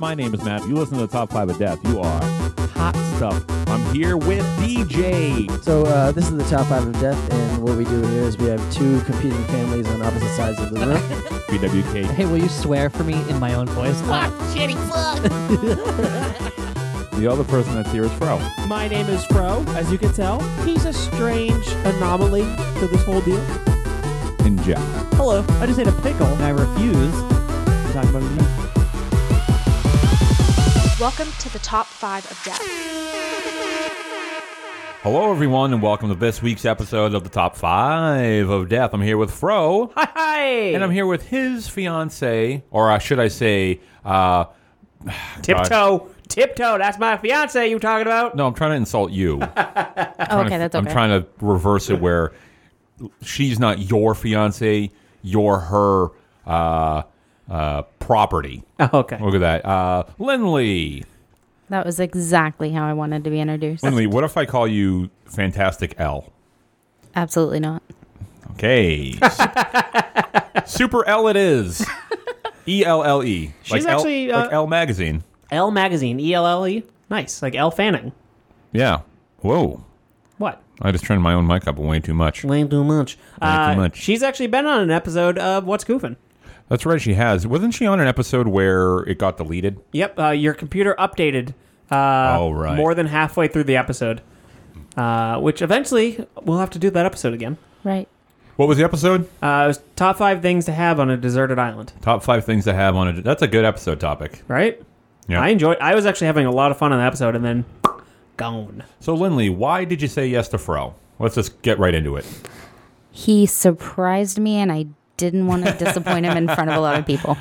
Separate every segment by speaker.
Speaker 1: My name is Matt. You listen to the top five of death. You are hot stuff. I'm here with DJ.
Speaker 2: So uh, this is the top five of death, and what we do here is we have two competing families on opposite sides of the room.
Speaker 1: BWK.
Speaker 3: Hey, will you swear for me in my own voice?
Speaker 1: The other person that's here is Fro.
Speaker 4: My name is Fro, as you can tell. He's a strange anomaly to this whole deal.
Speaker 1: And Jeff.
Speaker 4: Hello. I just ate a pickle and I refuse to talk about it.
Speaker 5: Welcome to the top five of death.
Speaker 1: Hello, everyone, and welcome to this week's episode of the Top Five of Death. I'm here with Fro. Hi, hi. And I'm here with his fiance, or uh, should I say, uh,
Speaker 6: Tiptoe, tiptoe. That's my fiance. You talking about?
Speaker 1: no, I'm trying to insult you. I'm trying
Speaker 7: okay,
Speaker 1: to,
Speaker 7: that's
Speaker 1: I'm
Speaker 7: okay.
Speaker 1: trying to reverse it where she's not your fiance, you're her uh, uh, property.
Speaker 6: Oh, okay.
Speaker 1: Look at that. Uh, Lindley.
Speaker 7: That was exactly how I wanted to be introduced.
Speaker 1: Lindley, what if I call you Fantastic L?
Speaker 7: Absolutely not.
Speaker 1: Okay. Super L it is. E L L E.
Speaker 6: She's actually,
Speaker 1: L,
Speaker 6: uh,
Speaker 1: like L magazine.
Speaker 6: L magazine, E L L E. Nice, like L Fanning.
Speaker 1: Yeah. Whoa.
Speaker 6: What?
Speaker 1: I just turned my own mic up way too much.
Speaker 6: Way too much. Uh,
Speaker 1: much.
Speaker 6: She's actually been on an episode of What's Goofin'.
Speaker 1: That's right. She has. Wasn't she on an episode where it got deleted?
Speaker 6: Yep, uh, your computer updated. Uh,
Speaker 1: Oh, right.
Speaker 6: More than halfway through the episode, uh, which eventually we'll have to do that episode again.
Speaker 7: Right.
Speaker 1: What was the episode?
Speaker 6: Uh, it was top five things to have on a deserted island.
Speaker 1: Top five things to have on a. That's a good episode topic.
Speaker 6: Right?
Speaker 1: Yeah.
Speaker 6: I enjoyed. I was actually having a lot of fun on the episode, and then gone.
Speaker 1: So Lindley, why did you say yes to Fro? Let's just get right into it.
Speaker 7: He surprised me, and I didn't want to disappoint him in front of a lot of people.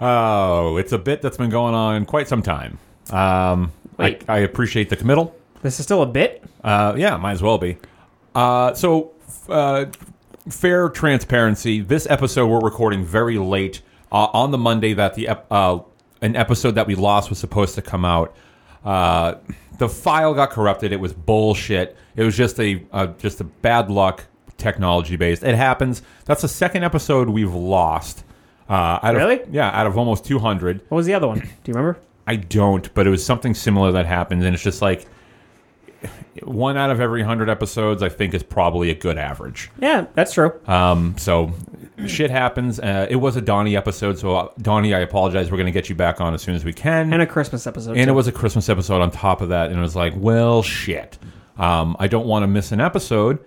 Speaker 1: Oh, it's a bit that's been going on quite some time. Um, I,
Speaker 6: Wait.
Speaker 1: I appreciate the committal.
Speaker 6: This is still a bit.
Speaker 1: Uh, yeah, might as well be. Uh, so, f- uh, fair transparency. This episode we're recording very late uh, on the Monday that the ep- uh, an episode that we lost was supposed to come out. Uh, the file got corrupted. It was bullshit. It was just a uh, just a bad luck technology based. It happens. That's the second episode we've lost. Uh, out of,
Speaker 6: Really?
Speaker 1: Yeah, out of almost two hundred.
Speaker 6: What was the other one? Do you remember?
Speaker 1: I don't, but it was something similar that happened, and it's just like one out of every hundred episodes, I think, is probably a good average.
Speaker 6: Yeah, that's true.
Speaker 1: Um, so shit happens. Uh, it was a Donnie episode, so uh, Donnie, I apologize. We're gonna get you back on as soon as we can.
Speaker 6: and a Christmas episode.
Speaker 1: And
Speaker 6: too.
Speaker 1: it was a Christmas episode on top of that, and it was like, well, shit. Um, I don't want to miss an episode,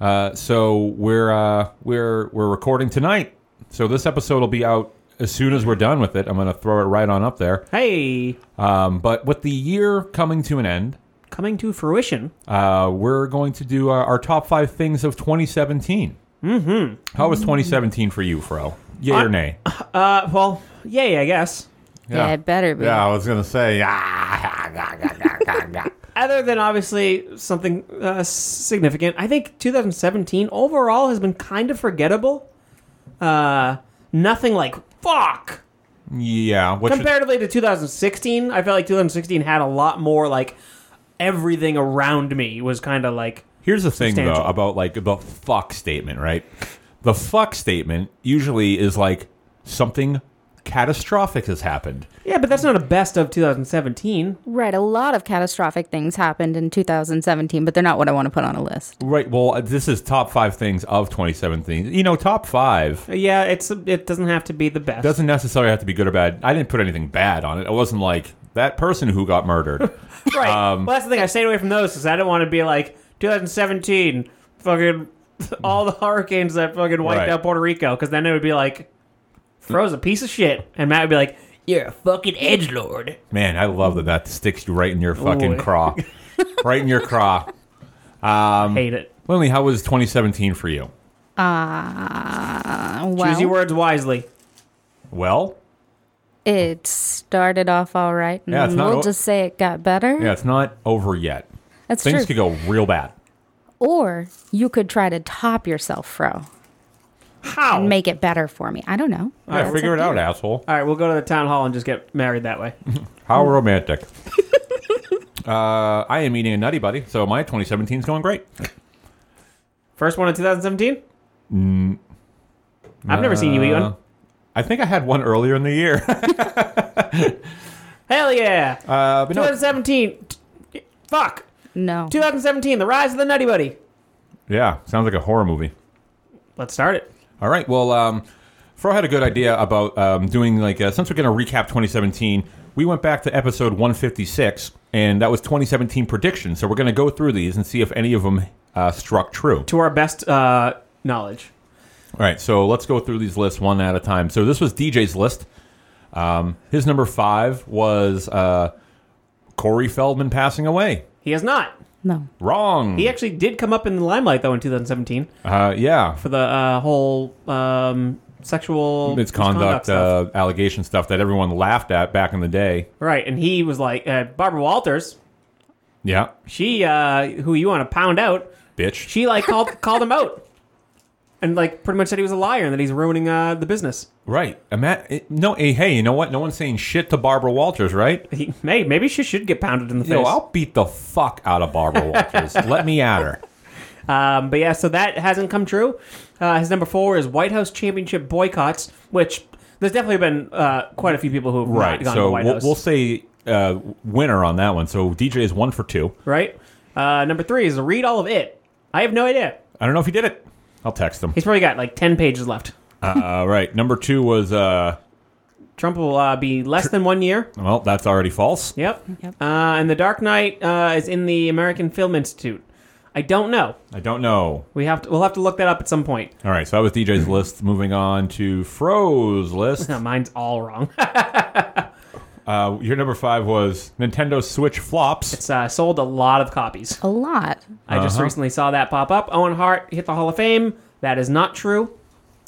Speaker 1: uh, so we're uh, we're we're recording tonight. So this episode will be out as soon as we're done with it. I'm gonna throw it right on up there.
Speaker 6: hey,
Speaker 1: Um, but with the year coming to an end,
Speaker 6: coming to fruition.
Speaker 1: uh, we're going to do our, our top five things of 2017. Mm-hmm. How was 2017 for you, Fro? Yay or nay?
Speaker 6: Uh, well, yay, I guess.
Speaker 7: Yeah, it better be.
Speaker 1: I was gonna say. ah.
Speaker 6: Other than obviously something uh, significant, I think 2017 overall has been kind of forgettable. Uh, nothing like fuck
Speaker 1: yeah. What should-
Speaker 6: comparatively to 2016. I felt like 2016 had a lot more like everything around me was kind of like
Speaker 1: Here's the thing though
Speaker 6: Substantial.
Speaker 1: about like the fuck statement, right? The fuck statement usually is like something catastrophic has happened.
Speaker 6: yeah, but that's not a best of 2017.
Speaker 7: Right. A lot of catastrophic things happened in 2017, but they're not what I want to put on a list.
Speaker 1: Right. Well, uh, this is top five things of 2017. You know, top five.
Speaker 6: Yeah, it's it doesn't have to be the best.
Speaker 1: doesn't necessarily have to be good or bad. I didn't put anything bad on it. I wasn't like that person who got murdered.
Speaker 6: Right.
Speaker 1: Um,
Speaker 6: well, that's the thing. I stayed away from those because I didn't want to be like 2017, fucking all the hurricanes that fucking wiped
Speaker 1: Right.
Speaker 6: out Puerto Rico. Because then it would be like, Fro's a piece of shit, and Matt would be like, "You're a fucking edge lord."
Speaker 1: Man, I love that that sticks you right in your fucking
Speaker 6: Ooh.
Speaker 1: craw, right in your craw. Um,
Speaker 6: Hate it.
Speaker 1: Lily, how was 2017 for you?
Speaker 7: Uh,
Speaker 6: Choose your
Speaker 7: well,
Speaker 6: words wisely.
Speaker 1: Well,
Speaker 7: it started off all right. And
Speaker 1: Yeah, it's not
Speaker 7: we'll
Speaker 1: o-
Speaker 7: just say it got better.
Speaker 1: yeah, it's not over yet.
Speaker 7: That's
Speaker 1: Things
Speaker 7: true.
Speaker 1: could go real bad.
Speaker 7: or you could try to top yourself, Fro,
Speaker 6: How?
Speaker 7: and make it better for me. I don't know.
Speaker 1: I
Speaker 7: That's
Speaker 1: figure
Speaker 7: up
Speaker 1: it
Speaker 7: to
Speaker 1: out,
Speaker 7: you.
Speaker 1: asshole.
Speaker 6: all right, we'll go to the town hall and just get married that way.
Speaker 1: How romantic. uh, I am eating a nutty buddy, so my 2017 is going great.
Speaker 6: First one in 2017. I've never seen you eat
Speaker 1: Mm. Uh,
Speaker 6: one.
Speaker 1: I think I had one earlier in the year.
Speaker 6: Hell yeah.
Speaker 1: Uh, but no,
Speaker 6: 2017. t- Fuck.
Speaker 7: No.
Speaker 6: 2017. The rise of the Nutty Buddy.
Speaker 1: yeah, sounds like a horror movie.
Speaker 6: Let's start it.
Speaker 1: All right. Well, um, Fro had a good idea about um, doing like uh, since we're going to recap 2017. We went back to episode 156, and that was 2017 predictions. So we're going to go through these and see if any of them uh, struck true.
Speaker 6: To our best uh, knowledge.
Speaker 1: All right, so let's go through these lists one at a time. So this was DJ's list. Um, his number five was uh, Corey Feldman passing away.
Speaker 6: He has not.
Speaker 7: No.
Speaker 1: Wrong.
Speaker 6: He actually did come up in the limelight, though, in 2017
Speaker 1: Uh, yeah.
Speaker 6: for the uh, whole um, sexual misconduct
Speaker 1: Misconduct
Speaker 6: stuff.
Speaker 1: uh, allegation stuff that everyone laughed at back in the day.
Speaker 6: right. And he was like, uh, Barbara Walters,
Speaker 1: Yeah,
Speaker 6: she, uh, who you want to pound out,
Speaker 1: bitch.
Speaker 6: she like called, called him out. And like pretty much said he was a liar and that he's ruining uh, the business.
Speaker 1: Right. Ima- it- no. eh, Hey, you know what? No one's saying shit to Barbara Walters, right?
Speaker 6: He, hey, maybe she should get pounded in the face.
Speaker 1: No, I'll beat the fuck out of Barbara Walters. Let me at her.
Speaker 6: Um, but yeah, so that hasn't come true. Uh, his number four is White House championship boycotts, which there's definitely been uh, quite a few people who have
Speaker 1: Right.
Speaker 6: not gone to
Speaker 1: So
Speaker 6: the White
Speaker 1: we'll,
Speaker 6: House.
Speaker 1: we'll say uh, winner on that one. So DJ is one for two.
Speaker 6: right? Uh, number three is read all of it. I have no idea.
Speaker 1: I don't know if he did it. I'll text him.
Speaker 6: He's probably got like ten pages left.
Speaker 1: Uh, right. Number two was, uh,
Speaker 6: Trump will uh, be less than one year.
Speaker 1: well, that's already false.
Speaker 6: Yep.
Speaker 7: Yep.
Speaker 6: Uh, and The Dark Knight uh, is in the American Film Institute. I don't know.
Speaker 1: I don't know.
Speaker 6: We have to. We'll have to look that up at some point.
Speaker 1: All right. So that was DJ's list. Moving on to Fro's list.
Speaker 6: No, mine's all wrong.
Speaker 1: Uh, your number five was Nintendo Switch flops.
Speaker 6: it's uh, sold a lot of copies.
Speaker 7: A lot.
Speaker 6: I just
Speaker 1: Uh-huh.
Speaker 6: recently saw that pop up. Owen Hart hit the Hall of Fame. That is not true.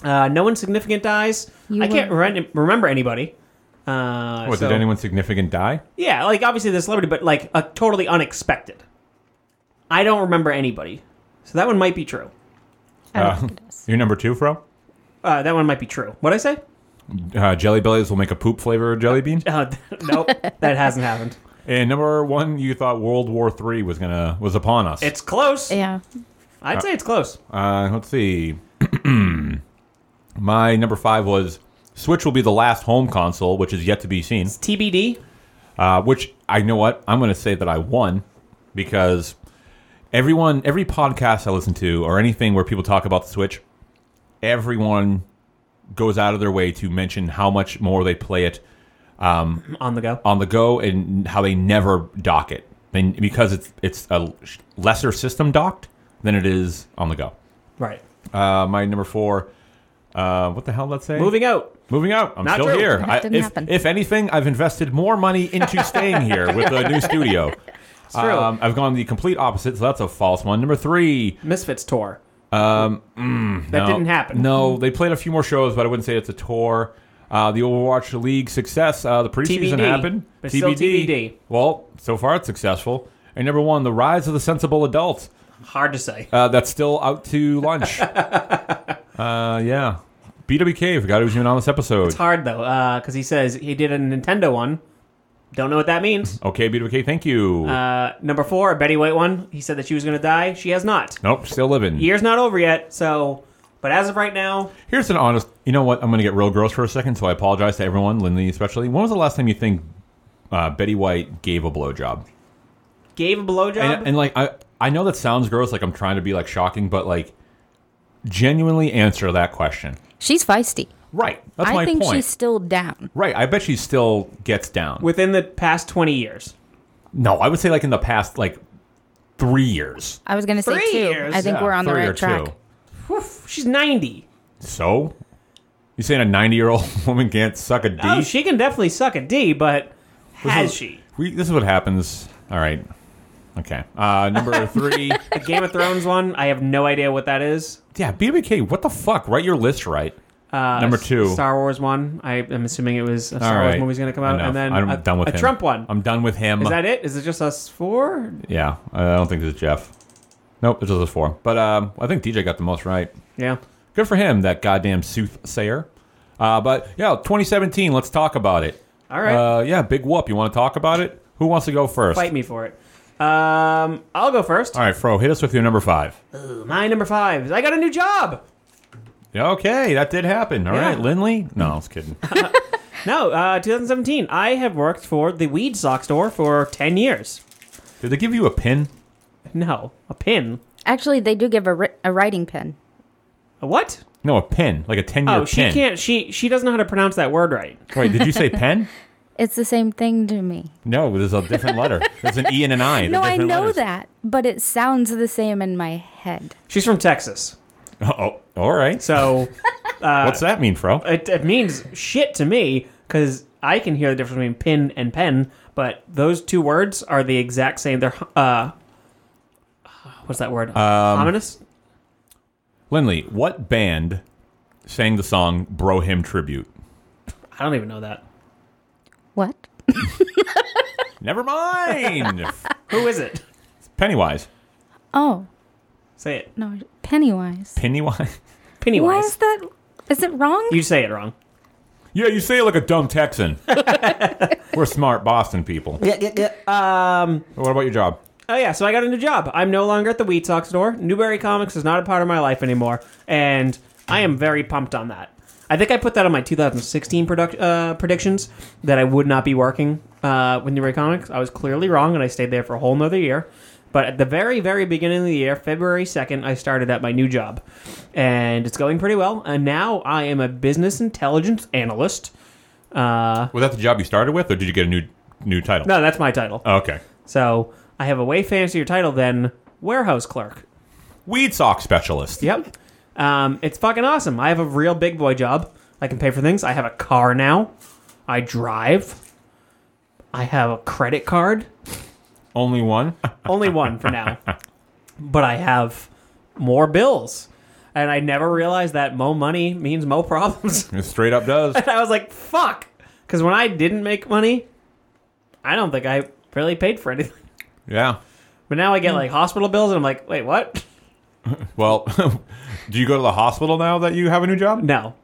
Speaker 6: Uh, no one significant dies.
Speaker 7: You
Speaker 6: I can't
Speaker 7: were-
Speaker 6: re- remember anybody. Uh,
Speaker 1: What,
Speaker 6: so-
Speaker 1: did anyone significant die?
Speaker 6: Yeah, like obviously the celebrity, but like a totally unexpected. I don't remember anybody, so that one might be true.
Speaker 7: I don't
Speaker 1: Uh,
Speaker 7: think it is.
Speaker 1: Your number two, Fro?
Speaker 6: Uh, that one might be true. What I say?
Speaker 1: Uh, jelly Bellies will make a poop flavor jelly bean.
Speaker 6: Uh, nope, that hasn't happened.
Speaker 1: And number one, you thought World War Three was gonna was upon us.
Speaker 6: It's close.
Speaker 7: Yeah.
Speaker 6: I'd say it's close.
Speaker 1: Uh, let's see. My number five was Switch will be the last home console, which is yet to be seen.
Speaker 6: TBD.
Speaker 1: uh, which I know what I'm going to say that I won because everyone, every podcast I listen to or anything where people talk about the Switch, everyone goes out of their way to mention how much more they play it
Speaker 6: On the go.
Speaker 1: on the go and how they never dock it, and because it's it's a lesser system docked than it is on the go.
Speaker 6: Right.
Speaker 1: Uh, my number four. Uh, what the hell? Let's say
Speaker 6: Moving out.
Speaker 1: Moving out. I'm
Speaker 6: Not
Speaker 1: still
Speaker 6: true.
Speaker 1: here.
Speaker 7: That
Speaker 1: I,
Speaker 7: didn't
Speaker 1: if,
Speaker 7: happen.
Speaker 1: if anything, I've invested more money into staying here with the new studio.
Speaker 6: true.
Speaker 1: Um, I've gone the complete opposite, so that's a false one. Number three.
Speaker 6: Misfits tour. Um, that
Speaker 1: mm, no.
Speaker 6: didn't happen.
Speaker 1: Uh, No, they played a few more shows, but I wouldn't say it's a tour. Uh, the Overwatch League success. Uh, the preseason
Speaker 6: TBD,
Speaker 1: happened.
Speaker 6: but still TBD.
Speaker 1: Well, so far it's successful. And number one, the rise of the sensible adult.
Speaker 6: Hard to say.
Speaker 1: Uh, that's still out to lunch. uh, yeah. BWK, forgot he was even on this episode.
Speaker 6: It's hard though, because he says he did a Nintendo one. Don't know what that means.
Speaker 1: Okay, BWK, thank you.
Speaker 6: Uh, number four, a Betty White one. He said that she was going to die. She has not.
Speaker 1: Nope, still living.
Speaker 6: Year's not over yet. So, but as of right now,
Speaker 1: Here's an honest. You know what? I'm going to get real gross for a second, so I apologize to everyone, Lindsay especially. When was the last time you think uh, Betty White gave a blowjob?
Speaker 6: gave a blowjob.
Speaker 1: And, and like, I I know that sounds gross, like I'm trying to be like shocking, but like, genuinely answer that question.
Speaker 7: She's feisty.
Speaker 1: Right. That's
Speaker 7: I
Speaker 1: my
Speaker 7: think
Speaker 1: point.
Speaker 7: she's still down.
Speaker 1: Right. I bet she still gets down.
Speaker 6: Within the past twenty years,
Speaker 1: no, I would say like in the past like three years.
Speaker 7: I was going to say
Speaker 6: Three
Speaker 7: two.
Speaker 6: years.
Speaker 7: I think
Speaker 1: Yeah,
Speaker 7: we're on the
Speaker 1: three
Speaker 7: right
Speaker 1: or
Speaker 7: track.
Speaker 1: two.
Speaker 6: Whew, she's ninety.
Speaker 1: So, you saying a 90 year old woman can't suck a D?
Speaker 6: Oh, she can definitely suck a D, but has
Speaker 1: is-
Speaker 6: she?
Speaker 1: We, this is what happens. All right. Okay. Uh, number three.
Speaker 6: The Game of Thrones one. I have no idea what that is.
Speaker 1: yeah, BBK, what the fuck? Write your list right.
Speaker 6: Uh,
Speaker 1: Number two.
Speaker 6: Star Wars one. I am assuming it was a Star
Speaker 1: All
Speaker 6: Wars
Speaker 1: right.
Speaker 6: movie's going to come out,
Speaker 1: Enough.
Speaker 6: and then
Speaker 1: I'm
Speaker 6: a,
Speaker 1: done with
Speaker 6: a
Speaker 1: him.
Speaker 6: Trump one.
Speaker 1: I'm done with him.
Speaker 6: Is that it? Is it just us four?
Speaker 1: yeah, I don't think this is Jeff. Nope, this is us four. But um, I think DJ got the most right.
Speaker 6: Yeah.
Speaker 1: Good for him, that goddamn soothsayer. Uh, but yeah, 2017. Let's talk about it.
Speaker 6: All right.
Speaker 1: Uh, yeah, big whoop. You want to talk about it? Who wants to go first?
Speaker 6: Fight me for it. Um, I'll go first.
Speaker 1: All right, Fro, hit us with your number five.
Speaker 6: My number five is I got a new job.
Speaker 1: Okay, that did happen. All
Speaker 6: Yeah.
Speaker 1: right, Lindley. No, I was kidding.
Speaker 6: No, uh, 2017. I have worked for the weed sock store for 10 years.
Speaker 1: Did they give you a pin?
Speaker 6: No, a pin.
Speaker 7: Actually, they do give a, ri- a writing pin.
Speaker 6: A what?
Speaker 1: No, a pin, like a ten-year
Speaker 6: Oh,
Speaker 1: pin.
Speaker 6: she can't. She she doesn't know how to pronounce that word right.
Speaker 1: Wait, did you say pen?
Speaker 7: It's the same thing to me.
Speaker 1: No, there's a different letter. There's an E and an I. They're
Speaker 7: no, I
Speaker 1: different
Speaker 7: know
Speaker 1: letters.
Speaker 7: that, but it sounds the same in my head.
Speaker 6: She's from Texas,
Speaker 1: Oh, all right.
Speaker 6: so Uh,
Speaker 1: What's that mean, Fro?
Speaker 6: it, it means shit to me because I can hear the difference between pin and pen, but those two words are the exact same. They're uh, what's that word?
Speaker 1: Um,
Speaker 6: Ominous.
Speaker 1: Lindley, what band sang the song "Bro Him Tribute"?
Speaker 6: I don't even know that.
Speaker 7: What?
Speaker 1: Never mind.
Speaker 6: Who is it?
Speaker 1: Pennywise.
Speaker 7: Oh,
Speaker 6: Say it.
Speaker 7: no, Pennywise.
Speaker 1: Pennywise.
Speaker 7: Why is
Speaker 6: Pennywise.
Speaker 7: that? Is it wrong?
Speaker 6: You say it wrong.
Speaker 1: Yeah, you say it like a dumb Texan. We're smart Boston people.
Speaker 6: Yeah, yeah, yeah. Um.
Speaker 1: What about your job?
Speaker 6: Oh yeah, so I got a new job. I'm no longer at the Wheat Sox store. Newberry Comics is not a part of my life anymore, and I am very pumped on that. I think I put that on my 2016 product, uh, predictions that I would not be working uh, with Newberry Comics. I was clearly wrong, and I stayed there for a whole nother year. But at the very, very beginning of the year, February 2nd, I started at my new job, and it's going pretty well. And now I am a business intelligence analyst. Uh,
Speaker 1: Was that the job you started with, or did you get a new new title?
Speaker 6: no, that's my title.
Speaker 1: Oh, okay.
Speaker 6: So I have a way fancier title than warehouse clerk.
Speaker 1: Weed sock specialist.
Speaker 6: Yep. Um, it's fucking awesome. I have a real big boy job. I can pay for things. I have a car now. I drive. I have a credit card.
Speaker 1: Only one.
Speaker 6: Only one for now. But I have more bills. And I never realized that mo money means mo problems.
Speaker 1: It straight up does.
Speaker 6: and I was like, fuck. Because when I didn't make money, I don't think I really paid for anything.
Speaker 1: Yeah.
Speaker 6: But now I get like hospital bills and I'm like, wait, what?
Speaker 1: Well, do you go to the hospital now that you have a new job?
Speaker 6: No.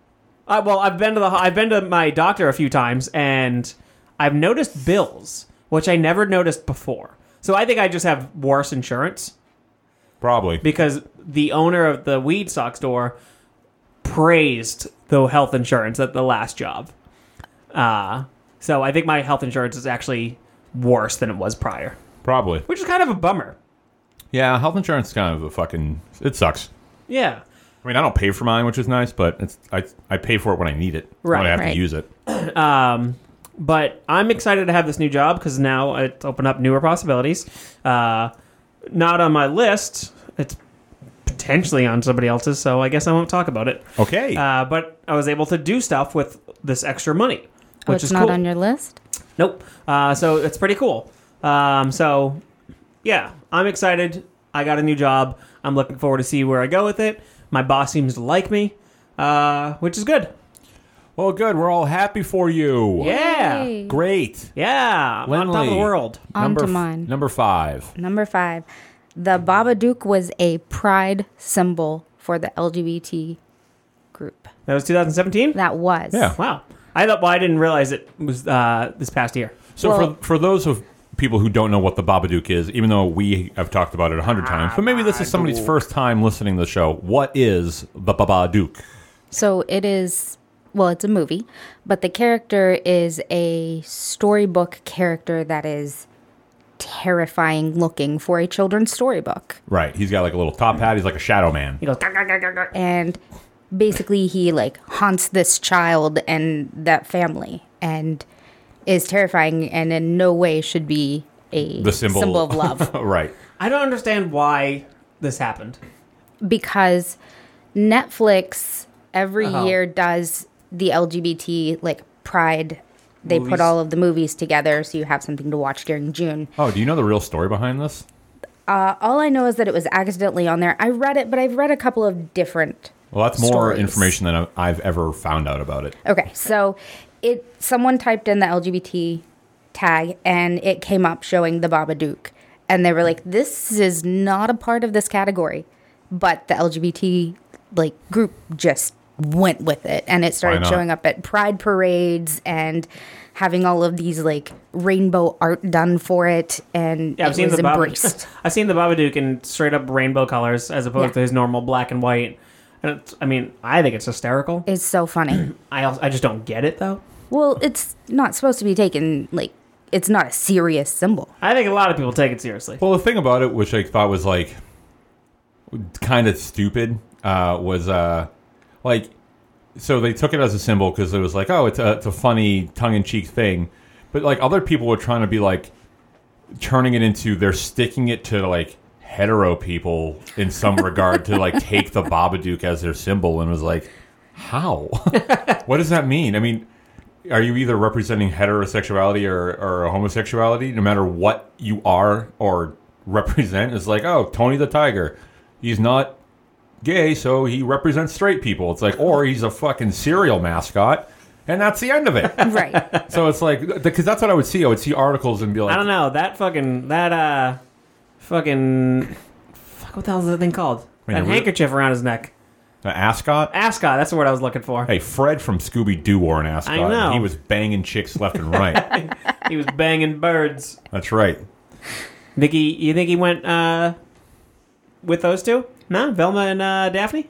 Speaker 6: Uh, well, I've been to the I've been to my doctor a few times, and I've noticed bills, which I never noticed before. So I think I just have worse insurance
Speaker 1: Probably.
Speaker 6: because the owner of the weed sock store praised the health insurance at the last job. Uh, so I think my health insurance is actually worse than it was prior,
Speaker 1: Probably.
Speaker 6: which is kind of a bummer.
Speaker 1: Yeah, health insurance is kind of a fucking. It sucks.
Speaker 6: Yeah.
Speaker 1: I mean, I don't pay for mine, which is nice, but it's I I pay for it when I need it. When
Speaker 6: Right,
Speaker 1: I have
Speaker 7: right.
Speaker 1: to use it.
Speaker 6: Um, but I'm excited to have this new job because now it's opened up newer possibilities. Uh, not on my list. It's potentially on somebody else's, so I guess I won't talk about it.
Speaker 1: Okay.
Speaker 6: Uh, but I was able to do stuff with this extra money,
Speaker 7: Oh,
Speaker 6: which
Speaker 7: it's
Speaker 6: is
Speaker 7: not
Speaker 6: cool.
Speaker 7: on your list?
Speaker 6: nope. Uh, so it's pretty cool. Um, so yeah, I'm excited. I got a new job. I'm looking forward to see where I go with it. My boss seems to like me, uh, which is good.
Speaker 1: well, good. We're all happy for you.
Speaker 6: Yeah.
Speaker 7: Yay.
Speaker 1: Great.
Speaker 6: Yeah, I'm on top of the
Speaker 1: Lindley.
Speaker 6: world.
Speaker 7: On
Speaker 1: number
Speaker 7: to
Speaker 1: f-
Speaker 7: mine.
Speaker 1: number five.
Speaker 7: Number five, the Babadook was a pride symbol for the LGBT group.
Speaker 6: That was 2017.
Speaker 7: That was.
Speaker 1: Yeah.
Speaker 6: Wow. I thought. Well, I didn't realize it was uh, this past year.
Speaker 1: So
Speaker 7: Well-
Speaker 1: for for those of people who don't know what the Babadook is, even though we have talked about it a hundred times, but maybe this is somebody's first time listening to the show. What is the Babadook?
Speaker 7: So it is, well, it's a movie, but the character is a storybook character that is terrifying looking for a children's storybook.
Speaker 1: Right. He's got like a little top hat. He's like a shadow man.
Speaker 6: He goes. "Gah, gah, gah, gah, gah."
Speaker 7: And basically, he like haunts this child and that family and is terrifying and in no way should be a
Speaker 1: The symbol,
Speaker 7: symbol of love.
Speaker 1: right.
Speaker 6: I don't understand why this happened.
Speaker 7: because Netflix every
Speaker 6: Uh-huh.
Speaker 7: year does the LGBT like pride. They put
Speaker 6: Movies.
Speaker 7: all of the movies together so you have something to watch during June.
Speaker 1: Oh, do you know the real story behind this?
Speaker 7: Uh, all I know is that it was accidentally on there. I read it, but I've read a couple of different.
Speaker 1: Well, that's more
Speaker 7: Stories.
Speaker 1: information than I- I've ever found out about it.
Speaker 7: Okay, so it someone typed in the LGBT tag and it came up showing the Babadook, and they were like, "This is not a part of this category," but the LGBT like group just went with it, and it started
Speaker 1: not?
Speaker 7: showing up at pride parades and having all of these like rainbow art done for it, and
Speaker 6: Yeah, I've
Speaker 7: it
Speaker 6: seen
Speaker 7: was
Speaker 6: the
Speaker 7: embraced.
Speaker 6: Babadook. I've seen the Babadook in straight up rainbow colors as opposed
Speaker 7: Yeah.
Speaker 6: to his normal black and white. And it's, I mean, I think it's hysterical.
Speaker 7: it's so funny.
Speaker 6: I also, I just don't get it though.
Speaker 7: Well, it's not supposed to be taken like it's not a serious symbol.
Speaker 6: I think a lot of people take it seriously.
Speaker 1: Well, the thing about it, which I thought was like kind of stupid, uh, was uh, like so they took it as a symbol because it was like, oh, it's a, it's a funny tongue in cheek thing, but like other people were trying to be like turning it into they're sticking it to like hetero people in some regard to like take the Babadook as their symbol, and was like, how? what does that mean? I mean. Are you either representing heterosexuality or, or homosexuality? No matter what you are or represent, it's like, oh, Tony the Tiger. He's not gay, so he represents straight people. It's like, or he's a fucking cereal mascot, and that's the end of it.
Speaker 7: Right.
Speaker 1: so it's like, because that's what I would see. I would see articles and be like,
Speaker 6: I don't know that fucking that uh fucking fuck what the hell is that thing called?
Speaker 1: Wait,
Speaker 6: that
Speaker 1: are we-
Speaker 6: handkerchief around his neck.
Speaker 1: an ascot.
Speaker 6: Ascot. That's the word I was looking for.
Speaker 1: Hey, Fred from Scooby Doo wore an ascot.
Speaker 6: I know.
Speaker 1: and He was banging chicks left and right.
Speaker 6: He was banging birds.
Speaker 1: that's right.
Speaker 6: Nikki, you think he went uh with those two? No, Velma and uh, Daphne.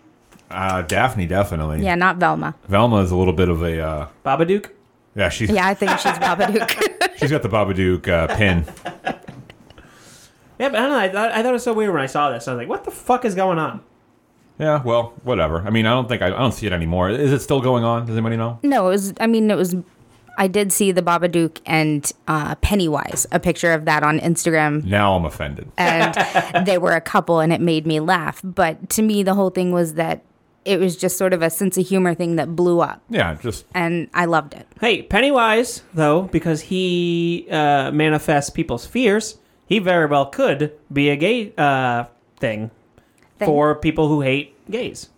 Speaker 1: Uh, Daphne definitely.
Speaker 7: Yeah, not Velma.
Speaker 1: Velma is a little bit of a. Uh,
Speaker 6: Babadook.
Speaker 1: yeah, she's
Speaker 7: Yeah, I think she's Babadook.
Speaker 1: she's got the Babadook uh, pin.
Speaker 6: Yeah, but I don't know. I thought, I thought it was so weird when I saw this. I was like, "What the fuck is going on?"
Speaker 1: Yeah, well, whatever. I mean, I don't think I, I don't see it anymore. Is it still going on? Does anybody know?
Speaker 7: no, it was I mean it was I did see the Babadook and uh, Pennywise, a picture of that on Instagram,
Speaker 1: Now I'm offended.
Speaker 7: and they were a couple, and it made me laugh. But to me, the whole thing was that it was just sort of a sense of humor thing that blew up,
Speaker 1: Yeah, just
Speaker 7: and I loved it.
Speaker 6: Hey, Pennywise, though, because he uh, manifests people's fears, he very well could be a gay uh, thing
Speaker 7: Thing.
Speaker 6: for people who hate gays,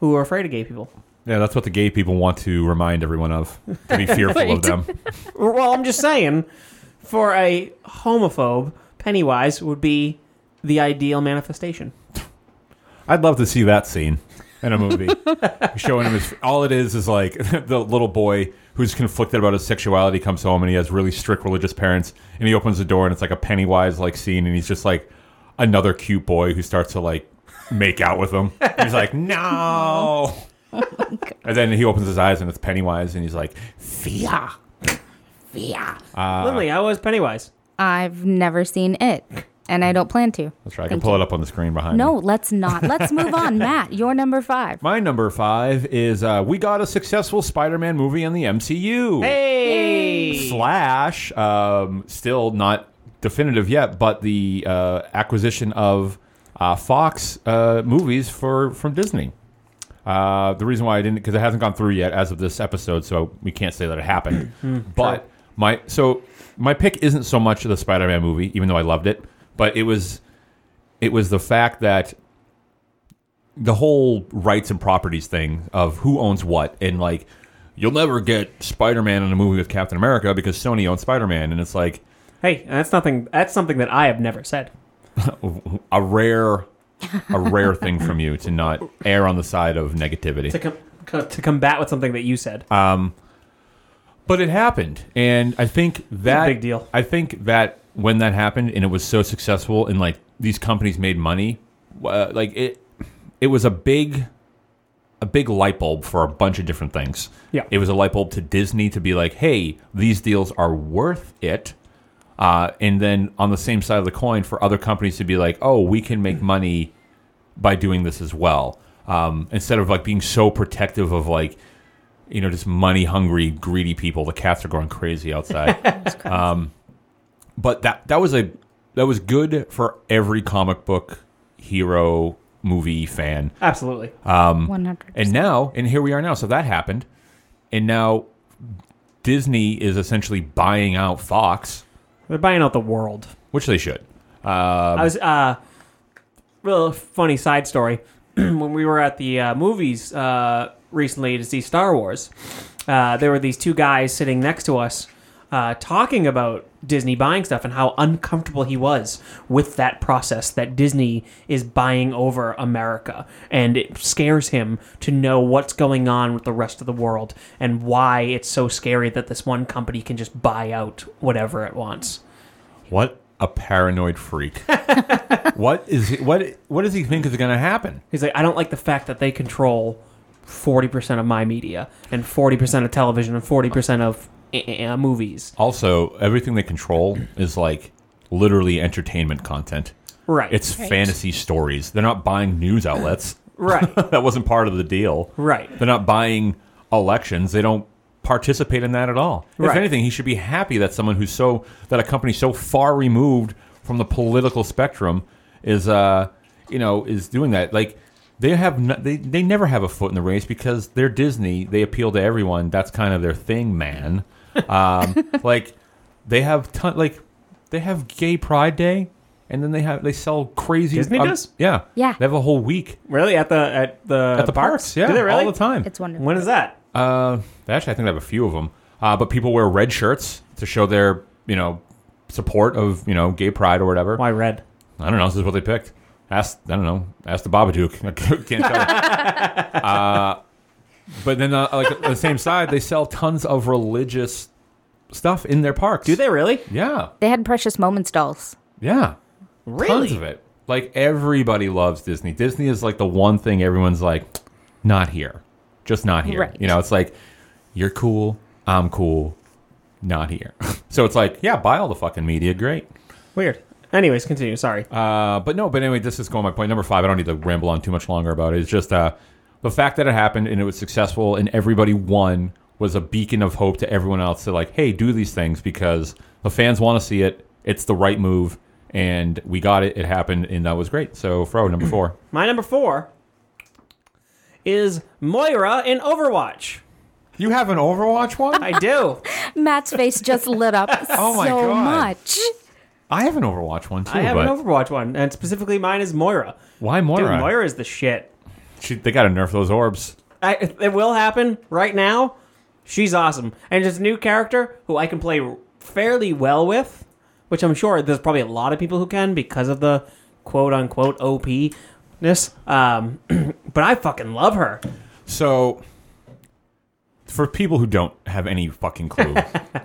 Speaker 6: who are afraid of gay people.
Speaker 1: yeah. That's what the gay people want to remind everyone of to be fearful of them.
Speaker 6: Well, I'm just saying, for a homophobe, Pennywise would be the ideal manifestation.
Speaker 1: I'd love to see that scene in a movie, showing him his. All it is is like the little boy who's conflicted about his sexuality comes home and he has really strict religious parents, and he opens the door and it's like a Pennywise like scene, and he's just like another cute boy who starts to like make out with him. And he's like, no. and then he opens his eyes and it's Pennywise, and he's like, fear.
Speaker 6: Lindley, how was Pennywise?
Speaker 7: I've never seen it, and I don't plan to.
Speaker 1: That's right. I can
Speaker 7: Thank
Speaker 1: pull
Speaker 7: you.
Speaker 1: it up on the screen behind me.
Speaker 7: No, let's not. Let's move on. Matt, you're number five.
Speaker 1: My number five is uh, we got a successful Spider-Man movie in the MCU.
Speaker 6: Hey!
Speaker 1: Slash, um, still not definitive yet, but the uh, acquisition of uh, Fox uh, movies for from Disney. Uh, the reason why I didn't because it hasn't gone through yet as of this episode, so we can't say that it happened. but my so my pick isn't so much the Spider-Man movie, even though I loved it, but it was it was the fact that the whole rights and properties thing of who owns what and like you'll never get spider-man in a movie with captain america because sony owns spider-man and it's like
Speaker 6: Hey, that's nothing. That's something that I have never said.
Speaker 1: a rare a rare thing from you to not err on the side of negativity
Speaker 6: To, com- co- Uh, to combat with something that you said.
Speaker 1: but it happened and i think that
Speaker 6: Big deal.
Speaker 1: i think that when that happened and it was so successful and like these companies made money uh, like it it was a big a big light bulb for a bunch of different things
Speaker 6: Yeah.
Speaker 1: it was a light bulb to disney to be like hey these deals are worth it uh, and then on the same side of the coin for other companies to be like oh we can make money by doing this as well um, instead of like being so protective of like you know, just money hungry, greedy people. The cats are going crazy outside. um, but that that was a that was good for every comic book hero movie fan.
Speaker 6: Absolutely.
Speaker 7: One hundred.
Speaker 1: And now, and here we are now. So that happened, and now Disney is essentially buying out Fox,
Speaker 6: They're buying out the world.
Speaker 1: which they should.
Speaker 6: I was uh real funny side story when we were at the uh, movies uh, recently to see Star Wars. Uh, there were these two guys sitting next to us uh, talking about Disney buying stuff and how uncomfortable he was with that process that Disney is buying over America. And it scares him to know what's going on with the rest of the world and why it's so scary that this one company can just buy out whatever it wants.
Speaker 1: What a paranoid freak! what is what what does he think is going to happen?
Speaker 6: He's like, I don't like the fact that they control forty percent of my media and forty percent of television and forty percent of eh, eh, eh, movies.
Speaker 1: Also, everything they control is like literally entertainment content.
Speaker 6: Right.
Speaker 1: It's fantasy stories. They're not buying news outlets.
Speaker 6: right.
Speaker 1: that wasn't part of the deal.
Speaker 6: Right.
Speaker 1: They're not buying elections. They don't participate in that at all. If
Speaker 6: Right.
Speaker 1: anything, he should be happy that someone who's so that a company so far removed from the political spectrum is uh you know is doing that. Like they have no, they they never have a foot in the race because they're Disney. They appeal to everyone. That's kind of their thing, man. Um, like they have ton like they have Gay Pride Day. And then they have they sell crazy.
Speaker 6: Disney
Speaker 1: um,
Speaker 6: does?
Speaker 1: yeah,
Speaker 7: Yeah.
Speaker 1: They have a whole week
Speaker 6: Really? At the at the
Speaker 1: at the parks. Yeah,
Speaker 6: Do they really?
Speaker 1: all the time.
Speaker 7: It's wonderful.
Speaker 6: When is that?
Speaker 1: Uh, actually, I think they have a few of them. Uh, but people wear red shirts to show their you know support of you know gay pride or whatever.
Speaker 6: Why red?
Speaker 1: I don't know. This is what they picked. Ask I don't know. Ask the Babadook. I can't tell. you. uh, but then uh, like on the same side, they sell tons of religious stuff in their parks.
Speaker 6: Do they really?
Speaker 1: Yeah,
Speaker 7: They had Precious Moments dolls.
Speaker 1: yeah.
Speaker 6: Really?
Speaker 1: Tons of it. Like everybody loves Disney. Disney is like the one thing everyone's like, not here, just not here.
Speaker 7: Right.
Speaker 1: You know, it's like you're cool, I'm cool, not here. so it's like, yeah, buy all the fucking media, great.
Speaker 6: Weird. Anyways, continue. Sorry.
Speaker 1: Uh, but no, but anyway, this is going my point number five. I don't need to ramble on too much longer about it. It's just uh, the fact that it happened and it was successful and everybody won was a beacon of hope to everyone else to like, hey, do these things because the fans want to see it. It's the right move, and we got it. It happened, and that was great. So, Fro, number four.
Speaker 6: My number four is Moira in Overwatch.
Speaker 1: You have an Overwatch one?
Speaker 6: I do.
Speaker 7: Matt's face just lit up
Speaker 1: Oh my
Speaker 7: so
Speaker 1: God.
Speaker 7: much.
Speaker 1: I have an Overwatch one too.
Speaker 6: I have
Speaker 1: but
Speaker 6: an Overwatch one, and specifically mine is Moira.
Speaker 1: why
Speaker 6: Dude,
Speaker 1: Moira?
Speaker 6: Moira is the shit.
Speaker 1: She, they got to nerf those orbs.
Speaker 6: I, it will happen right now. She's awesome, and it's a new character who I can play fairly well with, which I'm sure there's probably a lot of people who can because of the quote unquote OP-ness. Um, but I fucking love her.
Speaker 1: So, for people who don't have any fucking clue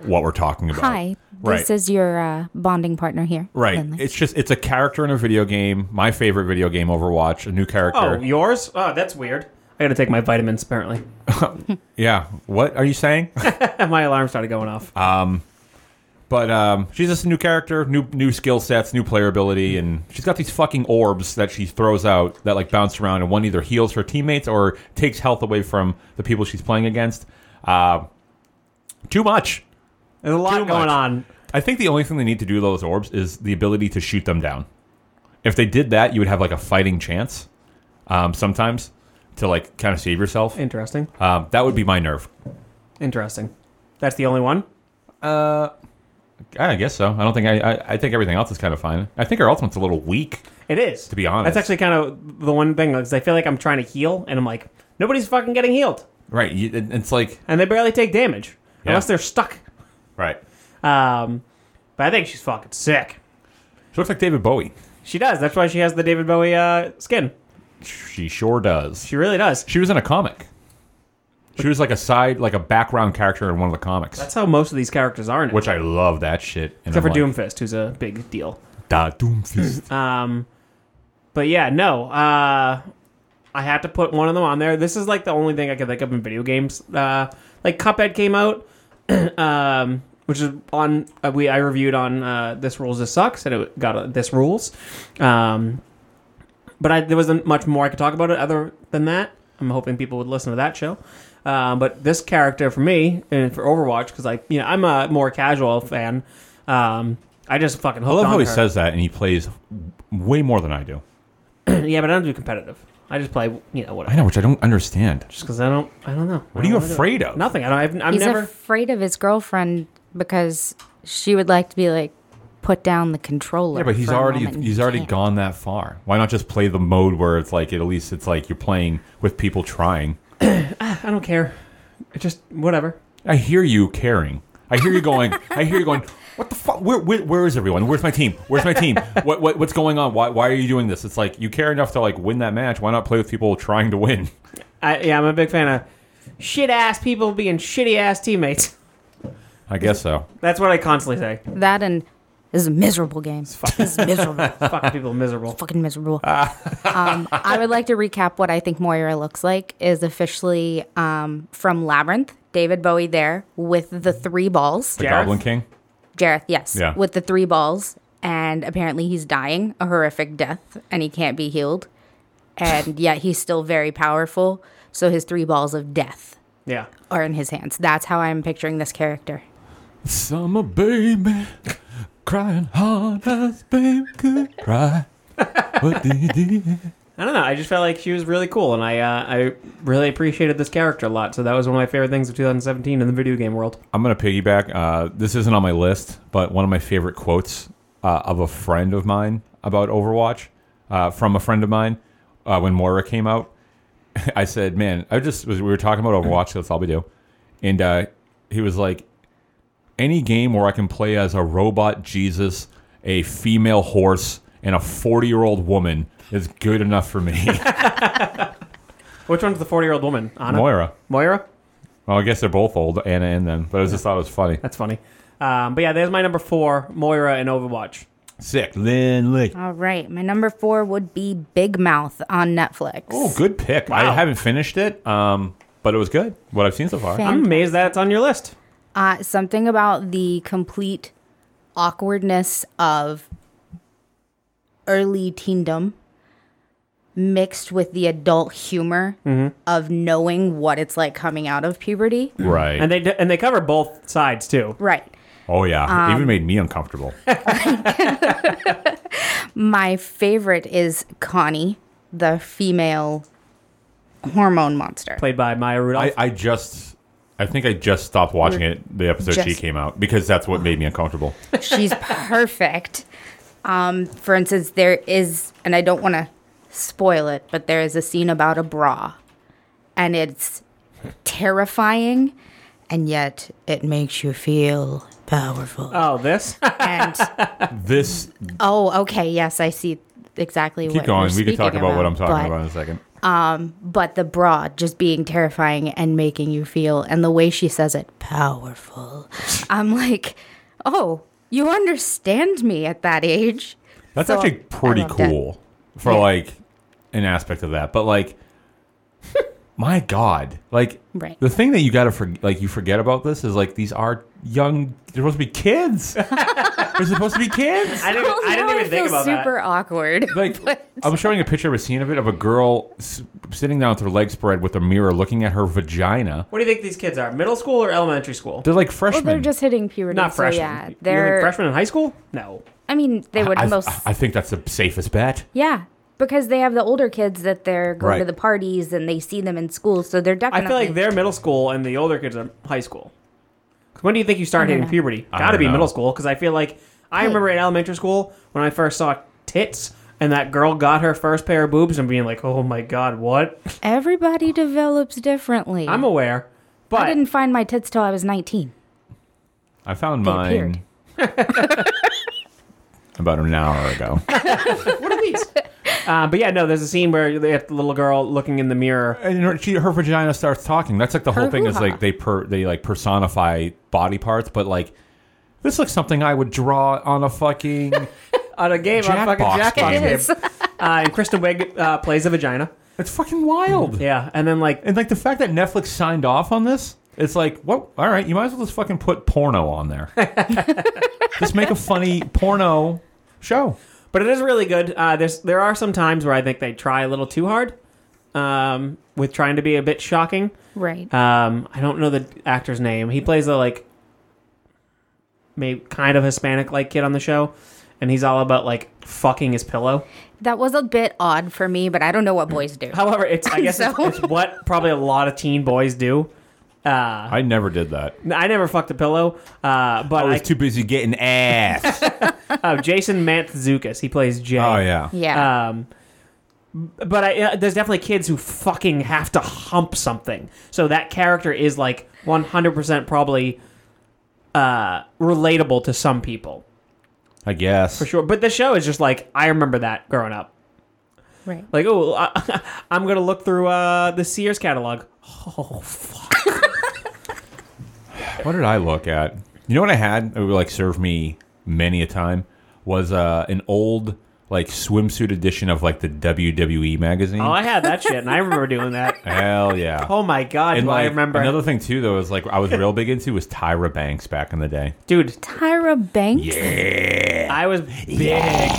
Speaker 1: what we're talking about,
Speaker 7: Hi,
Speaker 1: Right.
Speaker 7: this is your uh, bonding partner here.
Speaker 1: Right.
Speaker 7: Lindley.
Speaker 1: It's just it's a character in a video game. My favorite video game, Overwatch, a new
Speaker 6: Oh,
Speaker 1: character.
Speaker 6: yours? Oh, that's weird. I gotta take my vitamins. Apparently,
Speaker 1: yeah. What are you saying?
Speaker 6: my alarm started going off.
Speaker 1: Uh, but um, she's just a new character, new new skill sets, new player ability, and she's got these fucking orbs that she throws out that like bounce around, and one either heals her teammates or takes health away from the people she's playing against. Uh, too much.
Speaker 6: There's a lot
Speaker 1: too
Speaker 6: going
Speaker 1: much.
Speaker 6: on.
Speaker 1: I think the only thing they need to do to those orbs is the ability to shoot them down. If they did that, you would have like a fighting chance. Um, sometimes to like kind of save yourself.
Speaker 6: Interesting.
Speaker 1: Um, that would be my nerve.
Speaker 6: Interesting. That's the only one.
Speaker 1: I guess so. I don't think I, I. I think everything else is kind of fine. I think our ultimate's a little weak.
Speaker 6: It is. To
Speaker 1: be honest.
Speaker 6: that's actually kind of the one thing. Because I feel like I'm trying to heal, and I'm like, nobody's fucking getting healed,
Speaker 1: Right. you- it- It's like
Speaker 6: and they barely take damage
Speaker 1: Yeah.
Speaker 6: unless they're stuck.
Speaker 1: right.
Speaker 6: Um, but I think she's fucking sick.
Speaker 1: She looks like David Bowie.
Speaker 6: She does. That's why she has the David Bowie uh, skin.
Speaker 1: She sure does.
Speaker 6: She really does.
Speaker 1: She was in a comic. She was like a side, like a background character in one of the comics,
Speaker 6: That's how most of these characters are. Now.
Speaker 1: which I love that shit. And
Speaker 6: except for
Speaker 1: I'm like,
Speaker 6: Doomfist, who's a big deal.
Speaker 1: Da Doomfist.
Speaker 6: Um, but yeah, no. Uh, I had to put one of them on there. This is like the only thing I could think of in video games. Uh, like Cuphead came out, um, which is on uh, we I reviewed on uh, this rules this sucks and it got a, this rules. Um, but I, there wasn't much more I could talk about it other than that. I'm hoping people would listen to that show. Um, but this character for me and for Overwatch because like you know I'm a more casual fan. Um, I just fucking
Speaker 1: I love how he
Speaker 6: her.
Speaker 1: says that, and he plays way more than I do.
Speaker 6: Yeah, but I don't do competitive. I just play, you know,
Speaker 1: I
Speaker 6: whatever.
Speaker 1: know, which I don't understand.
Speaker 6: Just because I don't, I don't know.
Speaker 1: What are you afraid of?
Speaker 6: Nothing. I don't. I've, I've
Speaker 7: He's
Speaker 6: never.
Speaker 7: afraid of his girlfriend because she would like to be like put down the controller.
Speaker 1: Yeah, but he's
Speaker 7: for a
Speaker 1: already
Speaker 7: moment and
Speaker 1: he's already
Speaker 7: can't.
Speaker 1: gone that far. Why not just play the mode where it's like at least it's like you're playing with people trying.
Speaker 6: I don't care. It just whatever.
Speaker 1: I hear you caring. I hear you going. I hear you going. What the fuck? Where, where, where is everyone? Where's my team? Where's my team? What, what what's going on? Why why are you doing this? It's like you care enough to like win that match. Why not play with people trying to win?
Speaker 6: I yeah, I'm a big fan of shit ass people being shitty ass teammates.
Speaker 1: I guess so.
Speaker 6: That's what I constantly say.
Speaker 7: That and This is a miserable game. This is miserable.
Speaker 6: Fucking people are miserable.
Speaker 7: fucking miserable.
Speaker 1: Ah.
Speaker 7: um, I would like to recap what I think Moira looks like is officially um, from Labyrinth. David Bowie there with the three balls.
Speaker 1: The
Speaker 6: Jareth?
Speaker 1: Goblin King.
Speaker 7: Jareth, yes,
Speaker 1: Yeah.
Speaker 7: with the three balls, and apparently he's dying a horrific death, and he can't be healed, and yet he's still very powerful. So his three balls of death
Speaker 6: Yeah.
Speaker 7: are in his hands. That's how I'm picturing this character.
Speaker 1: Summer baby, crying hard as baby could cry. What did it?
Speaker 6: I don't know. I just felt like she was really cool, and I uh, I really appreciated this character a lot. So that was one of my favorite things of 2017 in the video game world.
Speaker 1: I'm gonna piggyback. Uh, this isn't on my list, but one of my favorite quotes uh, of a friend of mine about Overwatch uh, from a friend of mine uh, when Moira came out. I said, "Man, I just was, we were talking about Overwatch. That's all we do," and uh, he was like, "Any game where I can play as a robot Jesus, a female horse, and a 40 year old woman is good enough for me."
Speaker 6: Which one's the 40 year old woman? Anna.
Speaker 1: Moira.
Speaker 6: Moira.
Speaker 1: Well, I guess they're both old, Anna and them, but I just thought it was funny.
Speaker 6: That's funny. Um, but yeah, there's my number four, Moira and Overwatch.
Speaker 1: Sick. Lynn Lick.
Speaker 7: All right, my number four would be Big Mouth on Netflix.
Speaker 1: Oh, good pick. I haven't finished it, um, but it was good. What I've seen so far.
Speaker 6: I'm amazed that it's on your list.
Speaker 7: Uh, something about the complete awkwardness of early teendom mixed with the adult humor of knowing what it's like coming out of puberty.
Speaker 1: Right.
Speaker 6: And they d- and they cover both sides too.
Speaker 7: Right.
Speaker 1: oh yeah. it even made me uncomfortable.
Speaker 7: My favorite is Connie, the female hormone monster.
Speaker 6: Played by Maya Rudolph.
Speaker 1: I, I just. I think I just stopped watching it the episode she
Speaker 7: Just-
Speaker 1: came out because that's what made me uncomfortable.
Speaker 7: She's perfect. Um, for instance, there is, and I don't want to spoil it, but there is a scene about a bra, and it's terrifying, and yet it makes you feel powerful.
Speaker 6: oh, this.
Speaker 7: and
Speaker 1: This
Speaker 7: oh, okay, yes, I see exactly.
Speaker 1: keep
Speaker 7: what
Speaker 1: going.
Speaker 7: you're
Speaker 1: We can talk
Speaker 7: speaking
Speaker 1: about, what I'm talking
Speaker 7: but-
Speaker 1: about in a second.
Speaker 7: But the bra just being terrifying and making you feel, and the way she says it, powerful. I'm like, oh, you understand me at that age.
Speaker 1: That's
Speaker 7: So,
Speaker 1: actually pretty
Speaker 7: I loved it.
Speaker 1: cool for
Speaker 7: Yeah.
Speaker 1: like an aspect of that. But like, my God, like
Speaker 7: Right.
Speaker 1: the thing that you gotta for, like you forget about this is like these are young. They're supposed to be kids. they're supposed to be kids.
Speaker 6: I didn't,
Speaker 7: Oh,
Speaker 6: I didn't
Speaker 7: now
Speaker 6: even
Speaker 7: feel
Speaker 6: think about that.
Speaker 7: super awkward.
Speaker 1: Like I was showing a picture of a scene of it of a girl s- sitting down with her legs spread with a mirror looking at her vagina.
Speaker 6: What do you think these kids are? Middle school or elementary school?
Speaker 1: They're like
Speaker 7: well,
Speaker 1: freshmen.
Speaker 7: they're just hitting puberty.
Speaker 6: Not
Speaker 7: so
Speaker 6: freshmen.
Speaker 7: yeah,
Speaker 6: You think
Speaker 7: they're.
Speaker 6: freshmen in high school? No.
Speaker 7: I mean, they would
Speaker 1: I,
Speaker 7: most.
Speaker 1: I think that's the safest bet.
Speaker 7: yeah, because they have the older kids that they're going to
Speaker 1: Right.
Speaker 7: the parties and they see them in school, so they're definitely.
Speaker 6: I feel like they're middle school and the older kids are high school. 'Cause When do you think you start hitting puberty?
Speaker 1: I
Speaker 6: Gotta
Speaker 1: don't
Speaker 6: be
Speaker 1: know.
Speaker 6: middle school because I feel like I remember in elementary school when I first saw tits and that girl got her first pair of boobs and being like, oh my god, what?
Speaker 7: everybody develops differently.
Speaker 6: I'm aware,
Speaker 7: I
Speaker 6: but
Speaker 7: didn't find my tits till I was 19.
Speaker 1: I found
Speaker 7: They appeared.
Speaker 1: mine about an hour ago.
Speaker 6: what are these? uh, but yeah, no, there's a scene where they have the little girl looking in the mirror.
Speaker 1: and her, she, her vagina starts talking. That's like the whole
Speaker 7: Her
Speaker 1: thing is
Speaker 7: hoo-ha.
Speaker 1: like they per, they like personify body parts, but like this looks something I would draw on a fucking.
Speaker 6: on a game on fucking
Speaker 1: Jackbox
Speaker 6: Jackbox
Speaker 1: game.
Speaker 6: game.
Speaker 1: It is.
Speaker 6: uh, and Kristen Wiig uh, plays a vagina.
Speaker 1: it's fucking wild.
Speaker 6: Yeah, and then like
Speaker 1: And like the fact that Netflix signed off on this, it's like, what? All right, you might as well just fucking put porno on there. just make a funny porno show.
Speaker 6: But it is really good. Uh, there's there are some times where I think they try a little too hard, um, with trying to be a bit shocking.
Speaker 7: Right.
Speaker 6: Um, I don't know the actor's name. He plays a like, maybe kind of Hispanic like kid on the show, and he's all about like fucking his pillow.
Speaker 7: that was a bit odd for me, but I don't know what boys do.
Speaker 6: However, it's I guess
Speaker 7: So-
Speaker 6: it's, it's what probably a lot of teen boys do. Uh,
Speaker 1: I never did that.
Speaker 6: I never fucked a pillow, uh,
Speaker 1: I
Speaker 6: but I,
Speaker 1: Oh, was too busy getting ass.
Speaker 6: oh, Jason Mantzoukas, he plays Jay.
Speaker 1: oh yeah.
Speaker 7: Yeah.
Speaker 6: Um, but I, uh, there's definitely kids who fucking have to hump something. So that character is like 100% probably uh, relatable to some people
Speaker 1: I guess.
Speaker 6: for sure. But the show is just like I remember that growing up.
Speaker 7: right.
Speaker 6: Like oh, I, I'm gonna look through uh, the Sears catalog.
Speaker 1: What did I look at? You know what I had? It would like serve me many a time was uh, an old like swimsuit edition of like the WWE magazine.
Speaker 6: Oh, I had that shit, and I remember doing that.
Speaker 1: Hell yeah.
Speaker 6: Oh my god, do I
Speaker 1: like,
Speaker 6: remember?
Speaker 1: another thing too though is like I was real big into was Tyra Banks back in the day.
Speaker 6: Dude,
Speaker 7: Tyra Banks.
Speaker 6: I was big.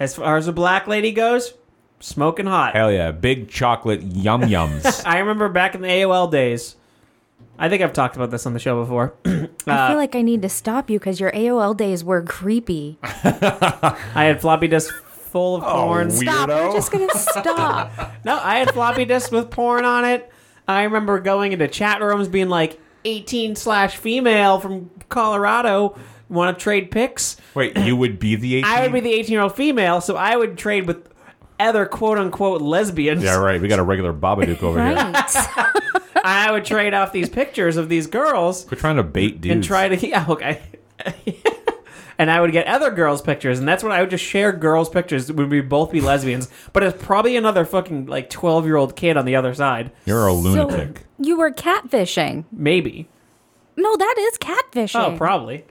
Speaker 6: As far as a black lady goes, smoking hot.
Speaker 1: Hell yeah, big chocolate yum yums.
Speaker 6: I remember back in the AOL days. I think I've talked about this on the show before.
Speaker 7: I feel like I need to stop you because your AOL days were creepy.
Speaker 6: I had floppy disks full of
Speaker 1: Oh,
Speaker 6: porn.
Speaker 7: Stop. We're just going to stop.
Speaker 6: No, I had floppy disks with porn on it. I remember going into chat rooms being like, 18 slash female from Colorado, want to trade pics?
Speaker 1: Wait, you would be the 18?
Speaker 6: I would be the 18 year old female, so I would trade with other quote unquote lesbians.
Speaker 1: Yeah, right. We got a regular Babadook over here.
Speaker 7: right.
Speaker 6: I would trade off these pictures of these girls
Speaker 1: We're trying to bait dudes.
Speaker 6: and try to yeah okay and i would get other girls pictures and that's when i would just share girls pictures when we both be lesbians but it's probably another fucking like 12 year old kid on the other side
Speaker 1: You're a
Speaker 7: So,
Speaker 1: lunatic.
Speaker 7: you were catfishing.
Speaker 6: maybe
Speaker 7: No, that is catfishing.
Speaker 6: oh probably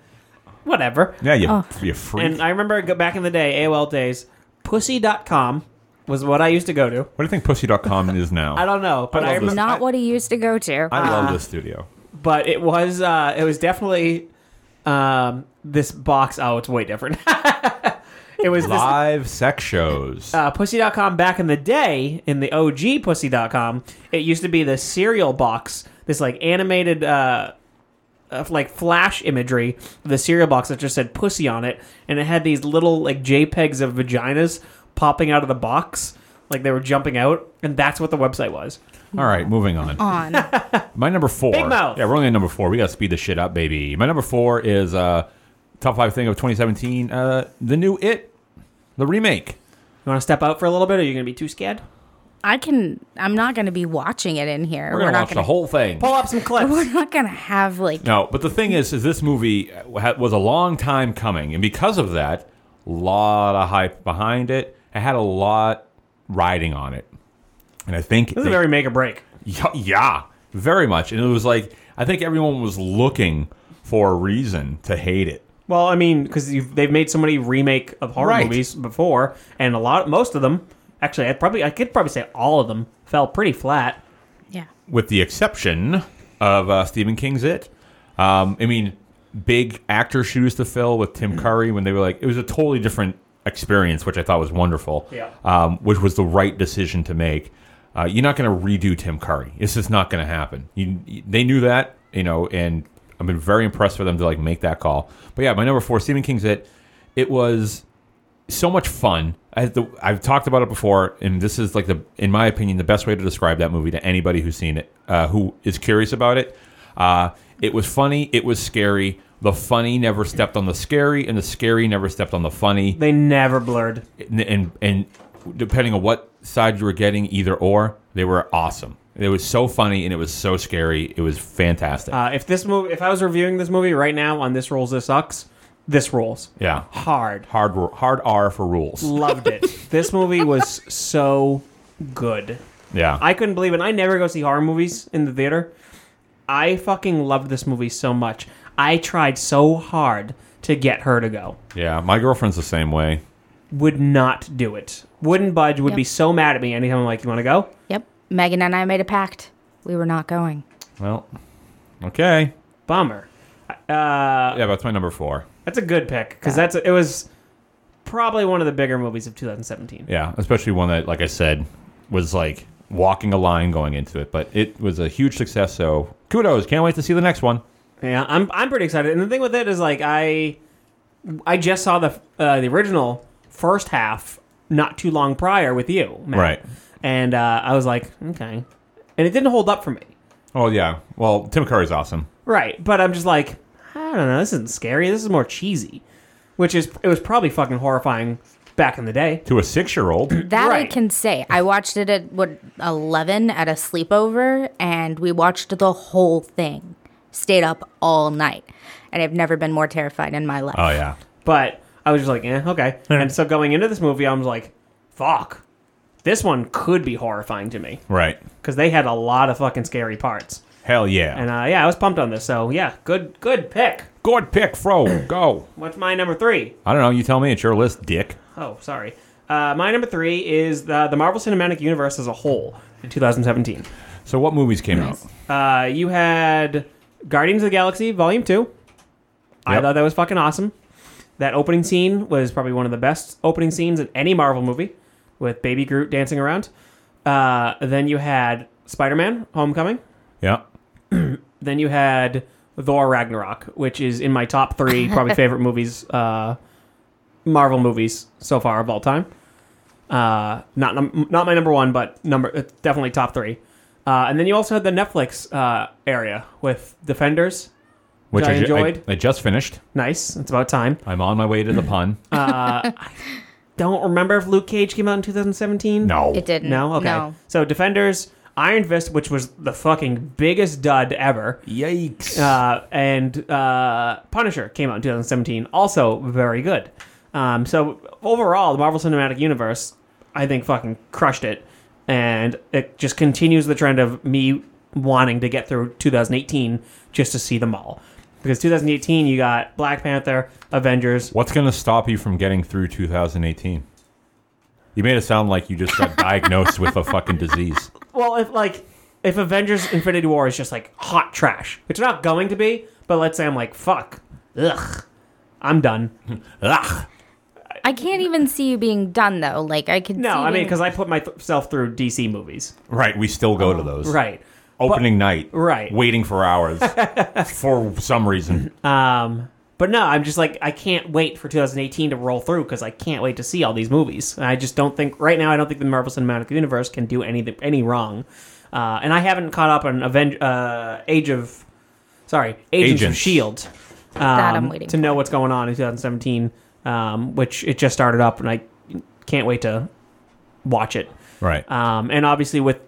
Speaker 6: whatever
Speaker 1: yeah, you, you freak.
Speaker 6: Oh. and uh, i remember go- back in the day aol days pussy.com was what i used to go to
Speaker 1: what do you think pussy.com is now?
Speaker 6: i don't uh, know but
Speaker 1: I
Speaker 6: i,
Speaker 1: love this.
Speaker 6: remember
Speaker 7: Not what he used to go to.
Speaker 1: I love this studio.
Speaker 6: but it was uh it was definitely um this box oh it's way different it was this
Speaker 1: Live sex shows.
Speaker 6: uh, pussy.com back in the day in the og pussy.com it used to be the cereal box this like animated uh, uh like flash imagery of the cereal box that just said pussy on it and it had these little like jpegs of vaginas popping out of the box like they were jumping out and that's what the website was
Speaker 1: All right, moving on.
Speaker 7: on.
Speaker 1: My number four.
Speaker 6: Big mouth.
Speaker 1: Yeah, we're only at number four. We got to speed this shit up, baby. My number four is uh, top five thing of 2017. Uh, the new It, the remake.
Speaker 6: you want to step out for a little bit or are you gonna be too scared
Speaker 7: I can. I'm not going to be watching it in here.
Speaker 1: We're gonna
Speaker 7: not
Speaker 1: watch the whole thing.
Speaker 6: pull up some clips
Speaker 7: We're not going to have like.
Speaker 1: No, but the thing is, is this movie ha- was a long time coming, and because of that, a lot of hype behind it. It had a lot riding on it, and I think
Speaker 6: this is
Speaker 1: they-
Speaker 6: very make or break
Speaker 1: Yeah, yeah, very much. And it was like I think everyone was looking for a reason to hate it.
Speaker 6: Well, I mean, because they've made so many remake of horror
Speaker 1: Right.
Speaker 6: movies before, and a lot, most of them, actually, I probably, I could probably say all of them fell pretty flat.
Speaker 7: Yeah.
Speaker 1: with the exception of uh, Stephen King's It. Um, I mean, big actor shoes to fill with Tim Curry when they were like, it was a totally different experience, which I thought was wonderful,
Speaker 6: Yeah.
Speaker 1: um, which was the right decision to make. Uh, you're not going to redo Tim Curry. It's just not going to happen. You, you- they knew that, you know, and I've been very impressed with them to like make that call. But yeah, my number four, Stephen King's It. It was so much fun. I had the, I've talked about it before, and this is like the, in my opinion, the best way to describe that movie to anybody who's seen it, uh, who is curious about it. Uh, it was funny. It was scary. The funny never stepped on the scary, and the scary never stepped on the funny.
Speaker 6: They never blurred.
Speaker 1: And and, and depending on what side you were getting, either or, they were awesome. It was so funny, and it was so scary. It was fantastic.
Speaker 6: Uh, if this movie, if I was reviewing this movie right now on this rules, this sucks. This rules
Speaker 1: yeah,
Speaker 6: hard.
Speaker 1: hard ru- hard R for rules.
Speaker 6: Loved it. this movie was so good.
Speaker 1: Yeah,
Speaker 6: I couldn't believe it. I never go see horror movies in the theater. I fucking loved this movie so much. I tried so hard to get her to go.
Speaker 1: yeah. My girlfriend's the same way.
Speaker 6: would not do it. Wouldn't budge. Would
Speaker 7: Yep.
Speaker 6: be so mad at me anytime I'm like, "You want to go?"
Speaker 7: Yep. Megan and I made a pact. We were not going.
Speaker 1: Well, okay.
Speaker 6: Bummer. Uh,
Speaker 1: Yeah, that's my number four.
Speaker 6: That's a good pick because
Speaker 7: Yeah.
Speaker 6: that's it was probably one of the bigger movies of 2017.
Speaker 1: Yeah, especially one that, like I said, was like walking a line going into it. But it was a huge success, so kudos. Can't wait to see the next one.
Speaker 6: Yeah, I'm I'm pretty excited. And the thing with it is like I I just saw the uh, the original first half not too long prior with you, Matt.
Speaker 1: Right.
Speaker 6: And uh, I was like, okay, and it didn't hold up for me.
Speaker 1: Oh yeah. Well, Tim Curry's awesome.
Speaker 6: Right, but I'm just like, I don't know. This isn't scary. This is more cheesy, which is it was probably fucking horrifying back in the day.
Speaker 1: To a six-year-old,
Speaker 7: That I
Speaker 6: Right.
Speaker 7: can say. I watched it at what eleven at a sleepover, and we watched the whole thing. Stayed up all night, and I've never been more terrified in my life.
Speaker 1: oh yeah.
Speaker 6: But I was just like, eh, okay. and so going into this movie, I was like, fuck, this one could be horrifying to me
Speaker 1: Right.
Speaker 6: because they had a lot of fucking scary parts.
Speaker 1: Hell yeah.
Speaker 6: And uh, yeah, I was pumped on this. So yeah, good, good pick.
Speaker 1: Good pick, Fro. Go.
Speaker 6: What's my number three?
Speaker 1: I don't know. You tell me. It's your list, Dick.
Speaker 6: Oh, sorry. Uh, my number three is the, the Marvel Cinematic Universe as a whole in 2017.
Speaker 1: So what movies came out?
Speaker 6: Uh, you had Guardians of the Galaxy Volume 2. I
Speaker 1: Yep.
Speaker 6: thought that was fucking awesome. That opening scene was probably one of the best opening scenes in any Marvel movie with Baby Groot dancing around. Uh, then you had Spider Man Homecoming.
Speaker 1: Yeah.
Speaker 6: Then you had Thor Ragnarok, which is in my top three probably favorite movies, uh, Marvel movies so far of all time. Uh, not num- not my number one, but number uh, definitely top three. Uh, and then you also had the Netflix uh, area with Defenders.
Speaker 1: Which
Speaker 6: I
Speaker 1: ju-
Speaker 6: enjoyed.
Speaker 1: I, just finished.
Speaker 6: Nice, it's about time.
Speaker 1: I'm on my way to the pun.
Speaker 6: Don't remember if Luke Cage came out in 2017.
Speaker 1: no.
Speaker 7: It didn't.
Speaker 6: no, okay.
Speaker 7: No.
Speaker 6: So Defenders, Iron Fist, which was the fucking biggest dud ever.
Speaker 1: Yikes.
Speaker 6: uh, and uh, Punisher came out in 2017, also very good. Um, so overall, the Marvel Cinematic Universe, I think, fucking crushed it, and it just continues the trend of me wanting to get through 2018 just to see them all. Because 2018, you got Black Panther, Avengers.
Speaker 1: What's going to stop you from getting through 2018? You made it sound like you just got diagnosed with a fucking disease.
Speaker 6: Well, if like if Avengers: Infinity War is just like hot trash, it's not going to be, but let's say I'm like, fuck, ugh, I'm done.
Speaker 1: Ugh.
Speaker 7: I can't even see you being done though. Like I could.
Speaker 6: No,
Speaker 7: see you
Speaker 6: I mean,
Speaker 7: being-
Speaker 6: because I put myself through DC movies.
Speaker 1: Right, we still go to those.
Speaker 6: Um, Right.
Speaker 1: Opening night.
Speaker 6: Right.
Speaker 1: Waiting for hours for some reason.
Speaker 6: Um, but no, I'm just like, I can't wait for 2018 to roll through because I can't wait to see all these movies. And I just don't think, right now, I don't think the Marvel Cinematic Universe can do any, any wrong. Uh, and I haven't caught up on Aven- uh, Age of, sorry, Agents, of
Speaker 1: Agents.
Speaker 6: S.H.I.E.L.D. Um,
Speaker 7: That I'm waiting
Speaker 6: to know what's going on in 2017, um, which it just started up and I can't wait to watch it.
Speaker 1: Right.
Speaker 6: Um, and obviously with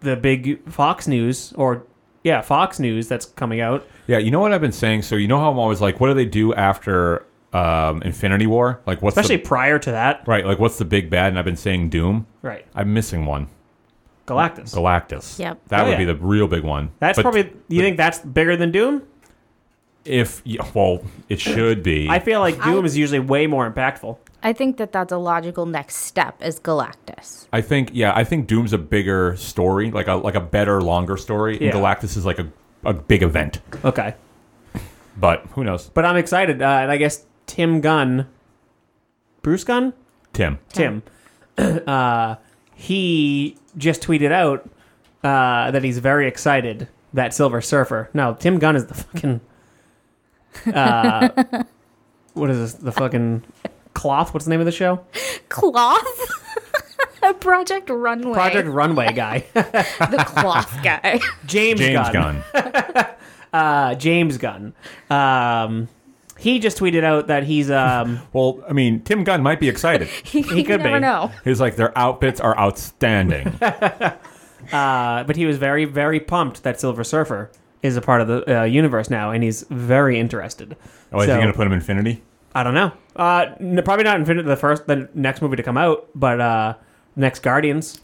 Speaker 6: the big Fox News or yeah, Fox News that's coming out.
Speaker 1: Yeah, you know what I've been saying? So, you know how I'm always like, what do they do after um, Infinity War? Like, what's
Speaker 6: Especially
Speaker 1: the.
Speaker 6: prior to that.
Speaker 1: Right, like, what's the big bad? And I've been saying Doom.
Speaker 6: Right.
Speaker 1: I'm missing one
Speaker 6: Galactus.
Speaker 1: Galactus.
Speaker 7: Yep.
Speaker 1: That
Speaker 6: Oh,
Speaker 1: would
Speaker 6: yeah.
Speaker 1: be the real big one.
Speaker 6: that's
Speaker 1: But
Speaker 6: probably you think that's bigger than Doom?
Speaker 1: If. yeah, Well, it should be.
Speaker 6: I feel like Doom is usually way more impactful.
Speaker 7: I think that that's a logical next step is Galactus.
Speaker 1: I think yeah, I think Doom's a bigger story, like a like a better, longer story.
Speaker 6: Yeah.
Speaker 1: And Galactus is like a, a big event.
Speaker 6: Okay.
Speaker 1: But who knows?
Speaker 6: But I'm excited. Uh, and I guess Tim Gunn Bruce Gunn?
Speaker 1: Tim.
Speaker 6: Tim. uh, he just tweeted out uh, that he's very excited that Silver Surfer. No, Tim Gunn is the fucking. Uh, what is this? The fucking cloth? What's the name of the show?
Speaker 7: Cloth. Project Runway.
Speaker 6: Project Runway guy.
Speaker 7: the cloth guy.
Speaker 6: James,
Speaker 1: James
Speaker 6: Gunn.
Speaker 1: Gunn.
Speaker 6: Uh, James Gunn. Um, he just tweeted out that he's. Um,
Speaker 1: Well, I mean, Tim Gunn might be excited.
Speaker 7: he
Speaker 6: could
Speaker 7: never
Speaker 6: be.
Speaker 7: know.
Speaker 1: He's like their outfits are outstanding.
Speaker 6: uh, but he was very, very pumped that Silver Surfer is a part of the uh, universe now, and he's very interested.
Speaker 1: Oh, is
Speaker 6: So-
Speaker 1: he gonna put him Infinity?
Speaker 6: I don't know. Uh, n- probably not Infinity, the first, the next movie to come out, but uh, next Guardians,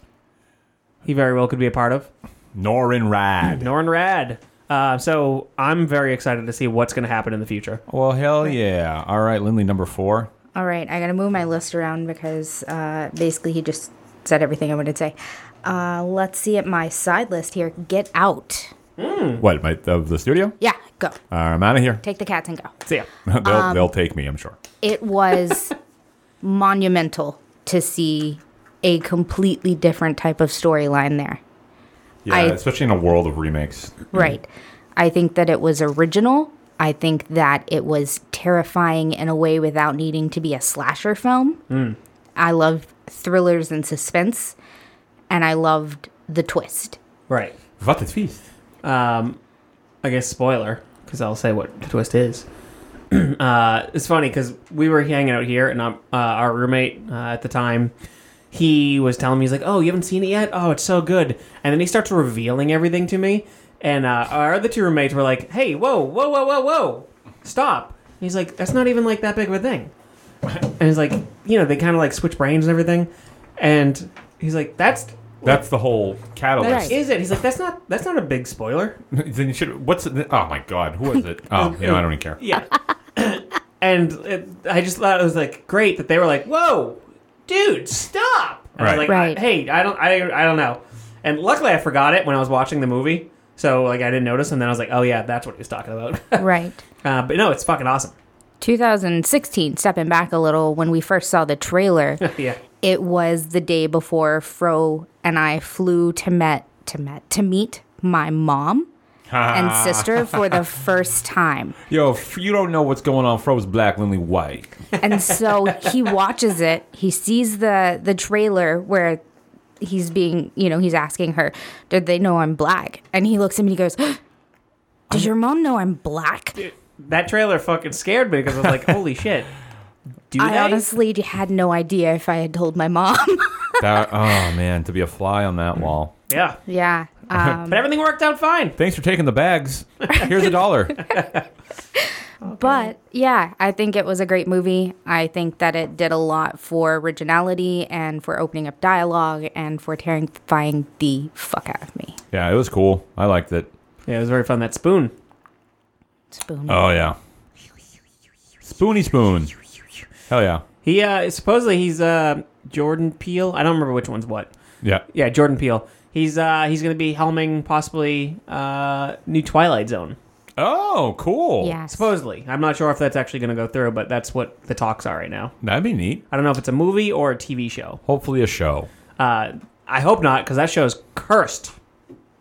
Speaker 6: he very well could be a part of.
Speaker 1: Norin Rad.
Speaker 6: Norn Rad. Uh, so I'm very excited to see what's going to happen in the future.
Speaker 1: Well, hell yeah! All right, Lindley, number four.
Speaker 7: All right, I gotta move my list around because uh, basically he just said everything I wanted to say. Uh, let's see at my side list here. Get out.
Speaker 1: What? My, of the studio?
Speaker 7: Yeah, go.
Speaker 1: Uh, I'm out of here.
Speaker 7: Take the cats and go.
Speaker 6: So yeah,
Speaker 1: they'll they'll take me. I'm sure.
Speaker 7: It was monumental to see a completely different type of storyline there.
Speaker 1: Yeah,
Speaker 7: I-
Speaker 1: especially in a world of remakes.
Speaker 7: Right. I think that it was original. I think that it was terrifying in a way without needing to be a slasher film. I loved thrillers and suspense, and I loved the twist.
Speaker 6: right.
Speaker 1: What a feast!
Speaker 6: Um, I guess spoiler because I'll say what the twist is. uh, it's funny because we were hanging out here, and um, uh, our roommate uh, at the time, he was telling me he's like, "Oh, you haven't seen it yet? Oh, it's so good!" And then he starts revealing everything to me, and uh, our other two roommates were like, "Hey, whoa, whoa, whoa, whoa, whoa, stop!" And he's like, "That's not even like that big of a thing." And he's like, you know, they kind of like switch brains and everything, and he's like, "That's
Speaker 1: That's the whole
Speaker 6: That
Speaker 1: catalyst.
Speaker 6: is it. He's like, that's not that's not a big spoiler.
Speaker 1: then you should. What's? It, oh my god, who is it? Oh, you know, I don't even care.
Speaker 6: Yeah. and it, I just thought it was like great that they were like, "Whoa, dude, stop!" And I
Speaker 1: Right.
Speaker 6: was like,
Speaker 7: Right.
Speaker 6: "Hey, I don't, I, I don't know." And luckily, I forgot it when I was watching the movie, so like I didn't notice. And then I was like, "Oh yeah, that's what he was talking about."
Speaker 7: Right.
Speaker 6: uh, but no, it's fucking awesome.
Speaker 7: 2016, stepping back a little, when we first saw the trailer,
Speaker 6: yeah.
Speaker 7: it was the day before Fro and I flew to met to met to meet my mom and sister for the first time.
Speaker 1: Yo, if you don't know what's going on. Fro's black, Lily white.
Speaker 7: And so he watches it. He sees the the trailer where he's being, you know, he's asking her, "Did they know I'm black?" And he looks at me and he goes, "Does your mom know I'm black?"
Speaker 6: That trailer fucking scared me because I was like, "Holy shit!" Do
Speaker 7: I
Speaker 6: they?
Speaker 7: honestly had no idea if I had told my mom.
Speaker 1: That, oh man, to be a fly on that wall.
Speaker 6: yeah.
Speaker 7: yeah. Um,
Speaker 6: But everything worked out fine.
Speaker 1: Thanks for taking the bags. Here's a dollar.
Speaker 7: But yeah, I think it was a great movie. I think that it did a lot for originality and for opening up dialogue and for terrifying the fuck out of me.
Speaker 1: Yeah, it was cool. I liked it.
Speaker 6: Yeah, it was very fun. That spoon.
Speaker 7: Spoon.
Speaker 1: Oh yeah. Spoony spoon. Hell yeah.
Speaker 6: He uh, supposedly he's uh, Jordan Peele. I don't remember which one's what.
Speaker 1: Yeah.
Speaker 6: Yeah, Jordan Peele. He's uh he's gonna be helming possibly uh new Twilight Zone.
Speaker 1: Oh, cool.
Speaker 7: yes.
Speaker 6: Supposedly. I'm not sure if that's actually gonna go through, but that's what the talks are right now.
Speaker 1: That'd be neat.
Speaker 6: I don't know if it's a movie or a TV show.
Speaker 1: Hopefully a show.
Speaker 6: Uh I hope not, because that show's cursed.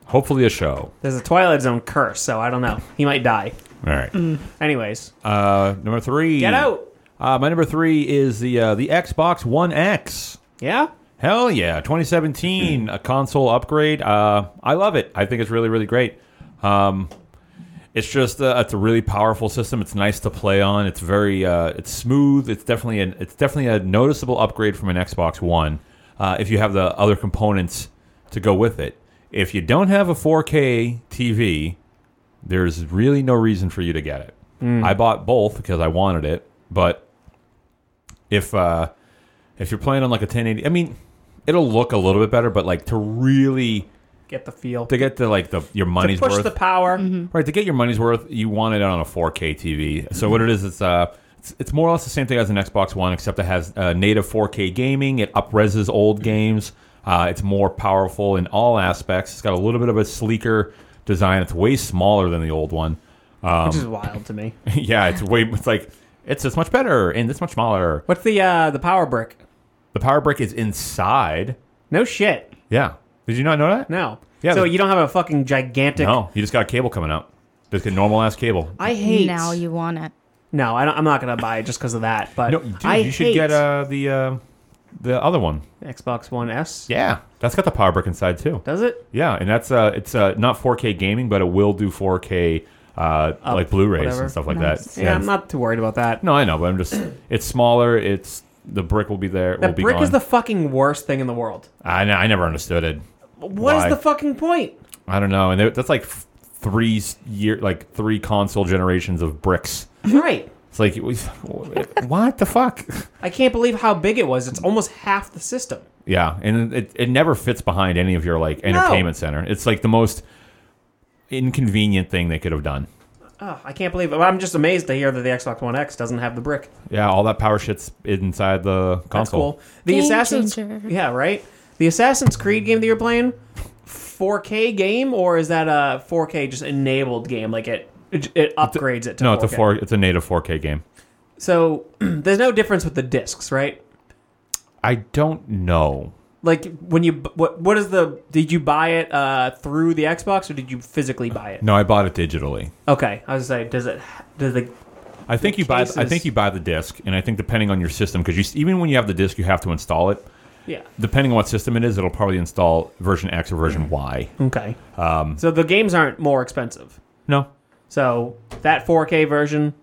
Speaker 1: Hopefully a show.
Speaker 6: There's a Twilight Zone curse, so I don't know. He might die.
Speaker 1: All right.
Speaker 6: Anyways.
Speaker 1: Uh, number three.
Speaker 6: Mm. Get out.
Speaker 1: Uh, my number three is the uh, the Xbox One X.
Speaker 6: Yeah?
Speaker 1: Hell yeah, 2017, a console upgrade. Uh, I love it. I think it's really really great. Um, it's just uh, it's a really powerful system. It's nice to play on. It's very uh, it's smooth. It's definitely an it's definitely a noticeable upgrade from an Xbox One uh, if you have the other components to go with it. If you don't have a 4K TV, there's really no reason for you to get it. I bought both because I wanted it, but if uh, if you're playing on like a 1080, I mean, it'll look a little bit better, but like to really
Speaker 6: Get the feel.
Speaker 1: to get the like the your
Speaker 6: to
Speaker 1: money's
Speaker 6: push
Speaker 1: worth,
Speaker 6: the power.
Speaker 1: right? To get your money's worth, you want it on a 4K TV. So what it is, it's uh, it's, it's more or less the same thing as an Xbox One, except it has uh, native 4K gaming. It upreses
Speaker 6: Mm-hmm.
Speaker 1: old games. Uh, it's more powerful in all aspects. It's got a little bit of a sleeker design. It's way smaller than the old one.
Speaker 6: Which is wild to me.
Speaker 1: yeah, it's way. It's like it's this much better and this much smaller.
Speaker 6: What's the uh the power brick?
Speaker 1: The power brick is inside.
Speaker 6: No shit.
Speaker 1: Yeah. Did you not know that?
Speaker 6: No.
Speaker 1: Yeah,
Speaker 6: so
Speaker 1: the-
Speaker 6: you don't have a fucking gigantic
Speaker 1: No, you just got a cable coming out. Just a normal ass cable.
Speaker 6: I hate
Speaker 7: Now you want it.
Speaker 6: No, I don't, I'm not gonna buy it just because of that. But
Speaker 1: No, dude,
Speaker 6: I
Speaker 1: you should
Speaker 6: hate
Speaker 1: get uh, the uh, the other one.
Speaker 6: Xbox One S.
Speaker 1: Yeah, that's got the power brick inside too.
Speaker 6: Does it?
Speaker 1: Yeah, and that's uh, it's uh, not 4K gaming, but it will do 4K uh, like Blu-rays
Speaker 6: whatever.
Speaker 1: and stuff like
Speaker 7: Nice.
Speaker 1: that.
Speaker 6: Yeah, I'm not too worried about that.
Speaker 1: No, I know, but I'm just. It's smaller. It's the brick will be there. it will
Speaker 6: that
Speaker 1: be
Speaker 6: brick
Speaker 1: gone.
Speaker 6: is the fucking worst thing in the world.
Speaker 1: I know. I never understood it.
Speaker 6: What is
Speaker 1: Why?
Speaker 6: the fucking point?
Speaker 1: I don't know, and there- that's like f- three s- year, like three console generations of bricks.
Speaker 6: right.
Speaker 1: It's like, it was- what the fuck?
Speaker 6: I can't believe how big it was. It's almost half the system.
Speaker 1: Yeah, and it, it never fits behind any of your like entertainment center. It's like the most inconvenient thing they could have done.
Speaker 6: Oh, I can't believe it. I'm just amazed to hear that the Xbox One X doesn't have the brick.
Speaker 1: Yeah, all that power shit's inside the
Speaker 6: That's
Speaker 1: console.
Speaker 6: cool. The
Speaker 7: Game
Speaker 6: Assassin's
Speaker 7: changer.
Speaker 6: Yeah, right. The Assassin's Creed game that you're playing, 4K game or is that a 4K just enabled game? Like it it, it upgrades it to
Speaker 1: No,
Speaker 6: 4K.
Speaker 1: it's a four. It's a native 4K game.
Speaker 6: So there's no difference with the discs, right?
Speaker 1: I don't know.
Speaker 6: Like when you what what is the did you buy it uh, through the Xbox or did you physically buy it?
Speaker 1: No, I bought it digitally.
Speaker 6: Okay, I was gonna say does it does the
Speaker 1: I think you buy.
Speaker 6: case
Speaker 1: I
Speaker 6: is-
Speaker 1: think you buy the disc, and I think depending on your system, because you s- even when you have the disc, you have to install it.
Speaker 6: yeah
Speaker 1: Depending on what system it is, it'll probably install version X or version Y.
Speaker 6: okay um, so the games aren't more expensive.
Speaker 1: No,
Speaker 6: So that 4K version,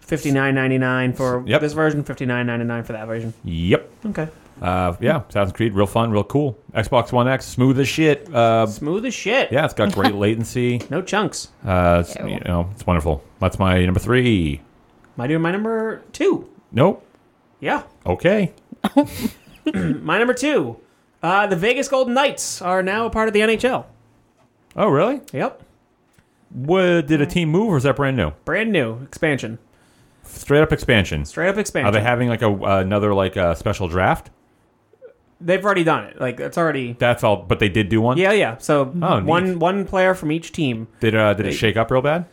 Speaker 6: fifty nine ninety nine for
Speaker 1: Yep.
Speaker 6: this version, fifty nine ninety nine for that version.
Speaker 1: yep.
Speaker 6: Okay,
Speaker 1: Uh, yeah, Assassin's Creed, real fun, real cool. Xbox One X, smooth as shit. Uh,
Speaker 6: smooth as shit.
Speaker 1: yeah, it's got great latency.
Speaker 6: no chunks.
Speaker 1: Uh, it's, you know, it's wonderful. That's my number three.
Speaker 6: Am I doing my number two?
Speaker 1: Nope.
Speaker 6: Yeah,
Speaker 1: Okay.
Speaker 6: my number two. Uh, the Vegas Golden Knights are now a part of the NHL.
Speaker 1: Oh, really?
Speaker 6: Yep.
Speaker 1: What, did a team move or is that brand new?
Speaker 6: Brand new expansion.
Speaker 1: Straight up expansion.
Speaker 6: Straight up
Speaker 1: Are
Speaker 6: expansion.
Speaker 1: they having like a another like a special draft?
Speaker 6: They've already done it. Like, it's already.
Speaker 1: That's all. But they did do one.
Speaker 6: Yeah, yeah. So
Speaker 1: Oh,
Speaker 6: one
Speaker 1: neat.
Speaker 6: one player from each team.
Speaker 1: Did uh, did it shake up real bad?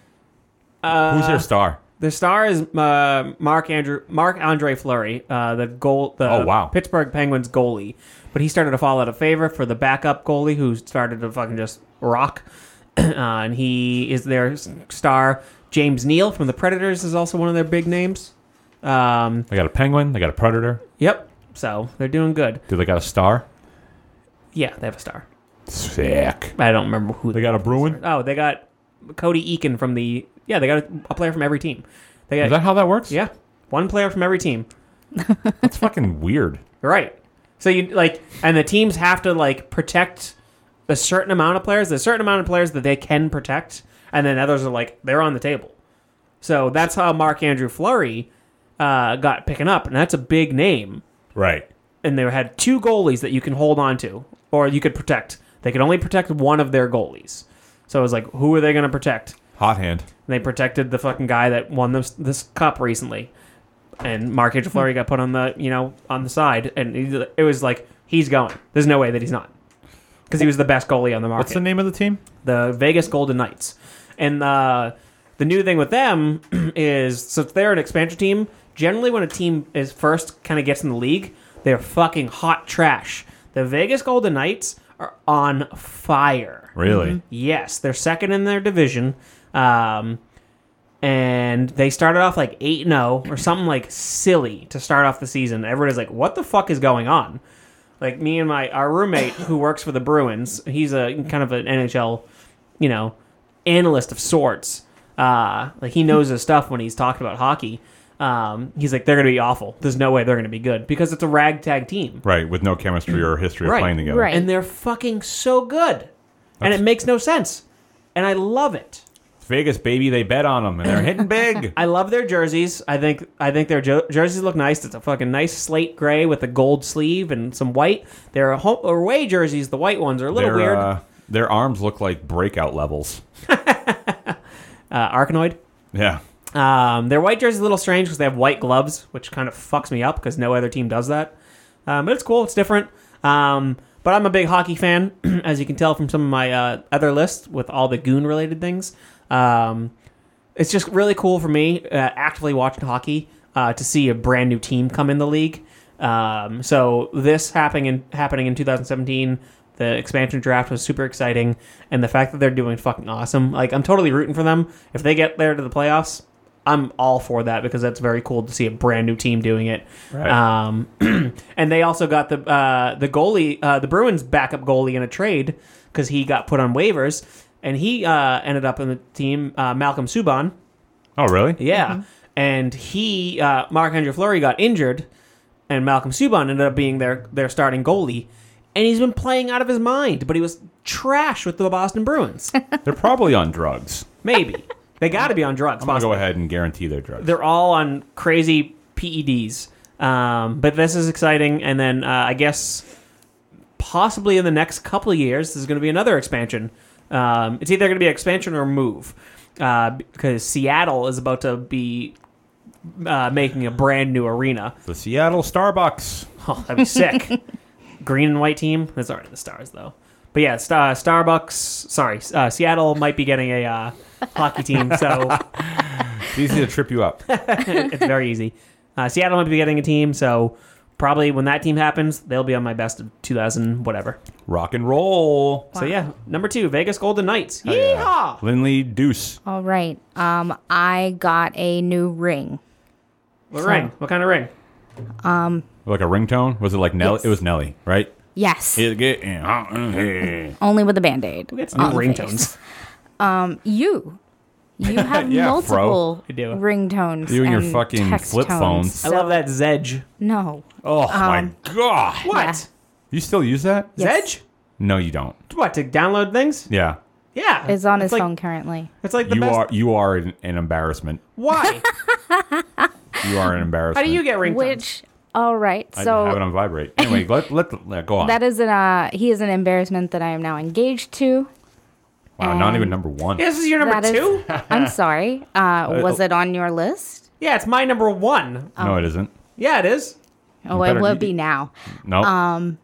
Speaker 1: Uh, Who's their star?
Speaker 6: The star is uh, Mark Andrew Mark Andre Fleury, uh, the goal the
Speaker 1: Oh, wow.
Speaker 6: Pittsburgh Penguins goalie. But he started to fall out of favor for the backup goalie who started to fucking just rock. uh, and he is their s- star. James Neal from the Predators is also one of their big names. Um,
Speaker 1: They got a penguin. They got a predator.
Speaker 6: yep. So they're doing good.
Speaker 1: Do they got a star?
Speaker 6: Yeah, they have a star.
Speaker 1: Sick.
Speaker 6: I don't remember who
Speaker 1: They got a Bruin.
Speaker 6: Oh, they got Cody Eakin from the yeah. They got a, a player from every team. They got
Speaker 1: Is that how that works?
Speaker 6: yeah, one player from every team.
Speaker 1: That's fucking weird.
Speaker 6: You're Right. So you like, and the teams have to like protect a certain amount of players. There's a certain amount of players that they can protect, and then others are like they're on the table. So that's how Mark Andrew Fleury uh, got picking up, and that's a big name.
Speaker 1: Right.
Speaker 6: And they had two goalies that you can hold on to, or you could protect. They could only protect one of their goalies. So it was like, who are they going to protect?
Speaker 1: Hot hand.
Speaker 6: And they protected the fucking guy that won this this cup recently. And Mark Andrew
Speaker 1: Hmm.
Speaker 6: Fleury got put on the you know on the side, and he- it was like he's going. There's no way that he's not because he was the best goalie on the market.
Speaker 1: What's the name of the team?
Speaker 6: the Vegas Golden Knights, and uh, the new thing with them is since they're an expansion team, generally when a team is first kind of gets in the league, they're fucking hot trash. The Vegas Golden Knights are on fire.
Speaker 1: Really?
Speaker 6: Mm-hmm. Yes, they're second in their division. Um, and they started off like 8 0 or something like silly to start off the season. Everybody's like, what the fuck is going on? Like, me and my our roommate who works for the Bruins, he's a kind of an NHL, you know, analyst of sorts. Uh, like, he knows his stuff when he's talking about hockey. Um, he's like, they're going to be awful. There's no way they're going to be good because it's a ragtag team.
Speaker 1: Right. With no chemistry or history
Speaker 6: Right.
Speaker 1: of playing together.
Speaker 7: Right.
Speaker 6: And they're fucking so good. and it makes no sense. And I love it.
Speaker 1: Vegas, baby. They bet on them and they're hitting big.
Speaker 6: I love their jerseys. I think I think their jo- jerseys look nice. It's a fucking nice slate gray with a gold sleeve and some white. Their home or away jerseys, the white ones are a little
Speaker 1: their,
Speaker 6: weird. Uh,
Speaker 1: Uh, their arms look like breakout levels.
Speaker 6: Uh, Arkanoid.
Speaker 1: Yeah.
Speaker 6: Um, their white jerseys a little strange because they have white gloves, which kind of fucks me up because no other team does that. Um, but it's cool. It's different. Um, but I'm a big hockey fan, as you can tell from some of my uh, other lists with all the goon related things. Um, it's just really cool for me uh, actively watching hockey uh, to see a brand new team come in the league. Um, so this happening in happening in 2017, the expansion draft was super exciting, and the fact that they're doing fucking awesome. Like I'm totally rooting for them. If they get there to the playoffs, I'm all for that because that's very cool to see a brand new team doing it.
Speaker 1: Right.
Speaker 6: Um, and they also got the uh, the goalie, uh, the Bruins' backup goalie in a trade because he got put on waivers, and he uh, ended up in the team. Uh, Malcolm Subban,
Speaker 1: Oh, really?
Speaker 6: yeah, and he uh, Mark Andrew Fleury got injured, and Malcolm Subban ended up being their their starting goalie, and he's been playing out of his mind, but he was trash with the Boston Bruins.
Speaker 1: They're probably on drugs.
Speaker 6: Maybe they got to be on drugs.
Speaker 1: I'm gonna
Speaker 6: Boston
Speaker 1: go ahead and guarantee they're drugs.
Speaker 6: they're all on crazy PEDs. Um, but this is exciting, and then uh, I guess possibly in the next couple of years, there's going to be another expansion. Um, it's either going to be expansion or move, uh, because Seattle is about to be uh, making a brand new arena.
Speaker 1: the Seattle Starbucks.
Speaker 6: Oh, that'd be sick. Green and white team. That's already the stars though. But yeah, st- uh, Starbucks. Sorry, uh, Seattle might be getting a uh, hockey team, so
Speaker 1: It's easy to trip you up.
Speaker 6: it's very easy. Uh, Seattle might be getting a team, so probably when that team happens, they'll be on my best of 2000 whatever.
Speaker 1: Rock and roll.
Speaker 6: So yeah, number two, Vegas Golden Knights. Yeehaw!
Speaker 1: Lindley Deuce.
Speaker 7: All right. Um, I got a new ring.
Speaker 6: What ring? What kind of ring?
Speaker 1: Like a ringtone? Was it like Nelly?
Speaker 7: Yes.
Speaker 1: It was Nelly, right?
Speaker 7: Yes.
Speaker 1: It get in hot in here.
Speaker 7: only with a band aid.
Speaker 6: It's new ringtones.
Speaker 7: Um, You. You have
Speaker 1: Yeah,
Speaker 7: multiple
Speaker 6: I do.
Speaker 7: ringtones.
Speaker 1: You and your
Speaker 7: and
Speaker 1: fucking
Speaker 7: text
Speaker 1: flip
Speaker 7: tones.
Speaker 1: phones.
Speaker 6: I love that Zedge.
Speaker 7: No.
Speaker 1: Oh my god.
Speaker 6: Um, What?
Speaker 1: You still use that?
Speaker 7: Yes.
Speaker 6: Zedge?
Speaker 1: No, you don't.
Speaker 6: What to download things?
Speaker 1: Yeah.
Speaker 6: Yeah,
Speaker 7: It's on his
Speaker 6: like,
Speaker 7: phone currently.
Speaker 6: It's like the
Speaker 1: you
Speaker 6: best.
Speaker 1: are you are an, an embarrassment.
Speaker 6: Why?
Speaker 1: You are an
Speaker 6: How
Speaker 1: embarrassment.
Speaker 6: do you get ringtones?
Speaker 7: Which All right.
Speaker 1: I
Speaker 7: so
Speaker 1: have it on vibrate. Anyway, let, let, let- go on.
Speaker 7: that is an uh, he is an embarrassment that I am now engaged to.
Speaker 1: wow, not
Speaker 7: um,
Speaker 1: even number one.
Speaker 6: This is your number
Speaker 7: That is-
Speaker 6: two?
Speaker 7: I'm sorry. Uh,
Speaker 1: oh.
Speaker 7: was it on your list?
Speaker 6: Yeah, it's my number one.
Speaker 7: um,
Speaker 1: No, it isn't.
Speaker 6: Yeah, it is.
Speaker 7: Oh,
Speaker 1: better-
Speaker 7: it will
Speaker 1: you-
Speaker 7: be now.
Speaker 1: No. Um,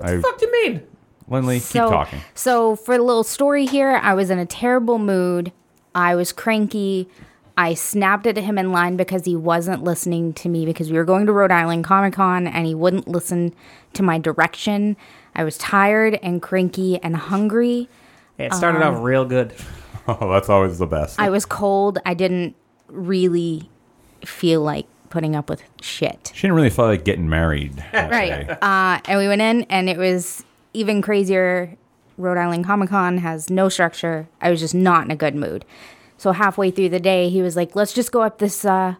Speaker 1: I,
Speaker 6: Fuck do you mean?
Speaker 1: Lindley, keep talking.
Speaker 7: So for a little story here, I was in a terrible mood. I was cranky. I snapped at him in line because he wasn't listening to me because we were going to Rhode Island Comic Con and he wouldn't listen to my direction. I was tired and cranky and hungry.
Speaker 6: It started
Speaker 7: Um,
Speaker 6: off real good.
Speaker 1: Oh, that's always the best.
Speaker 7: I was cold. I didn't really feel like putting up with shit.
Speaker 1: she didn't really feel like getting married. that
Speaker 7: Right.
Speaker 1: day.
Speaker 7: Uh, and we went in, and it was even crazier. Rhode Island Comic Con has no structure. I was just not in a good mood. So halfway through the day, he was like, "Let's just go up this uh,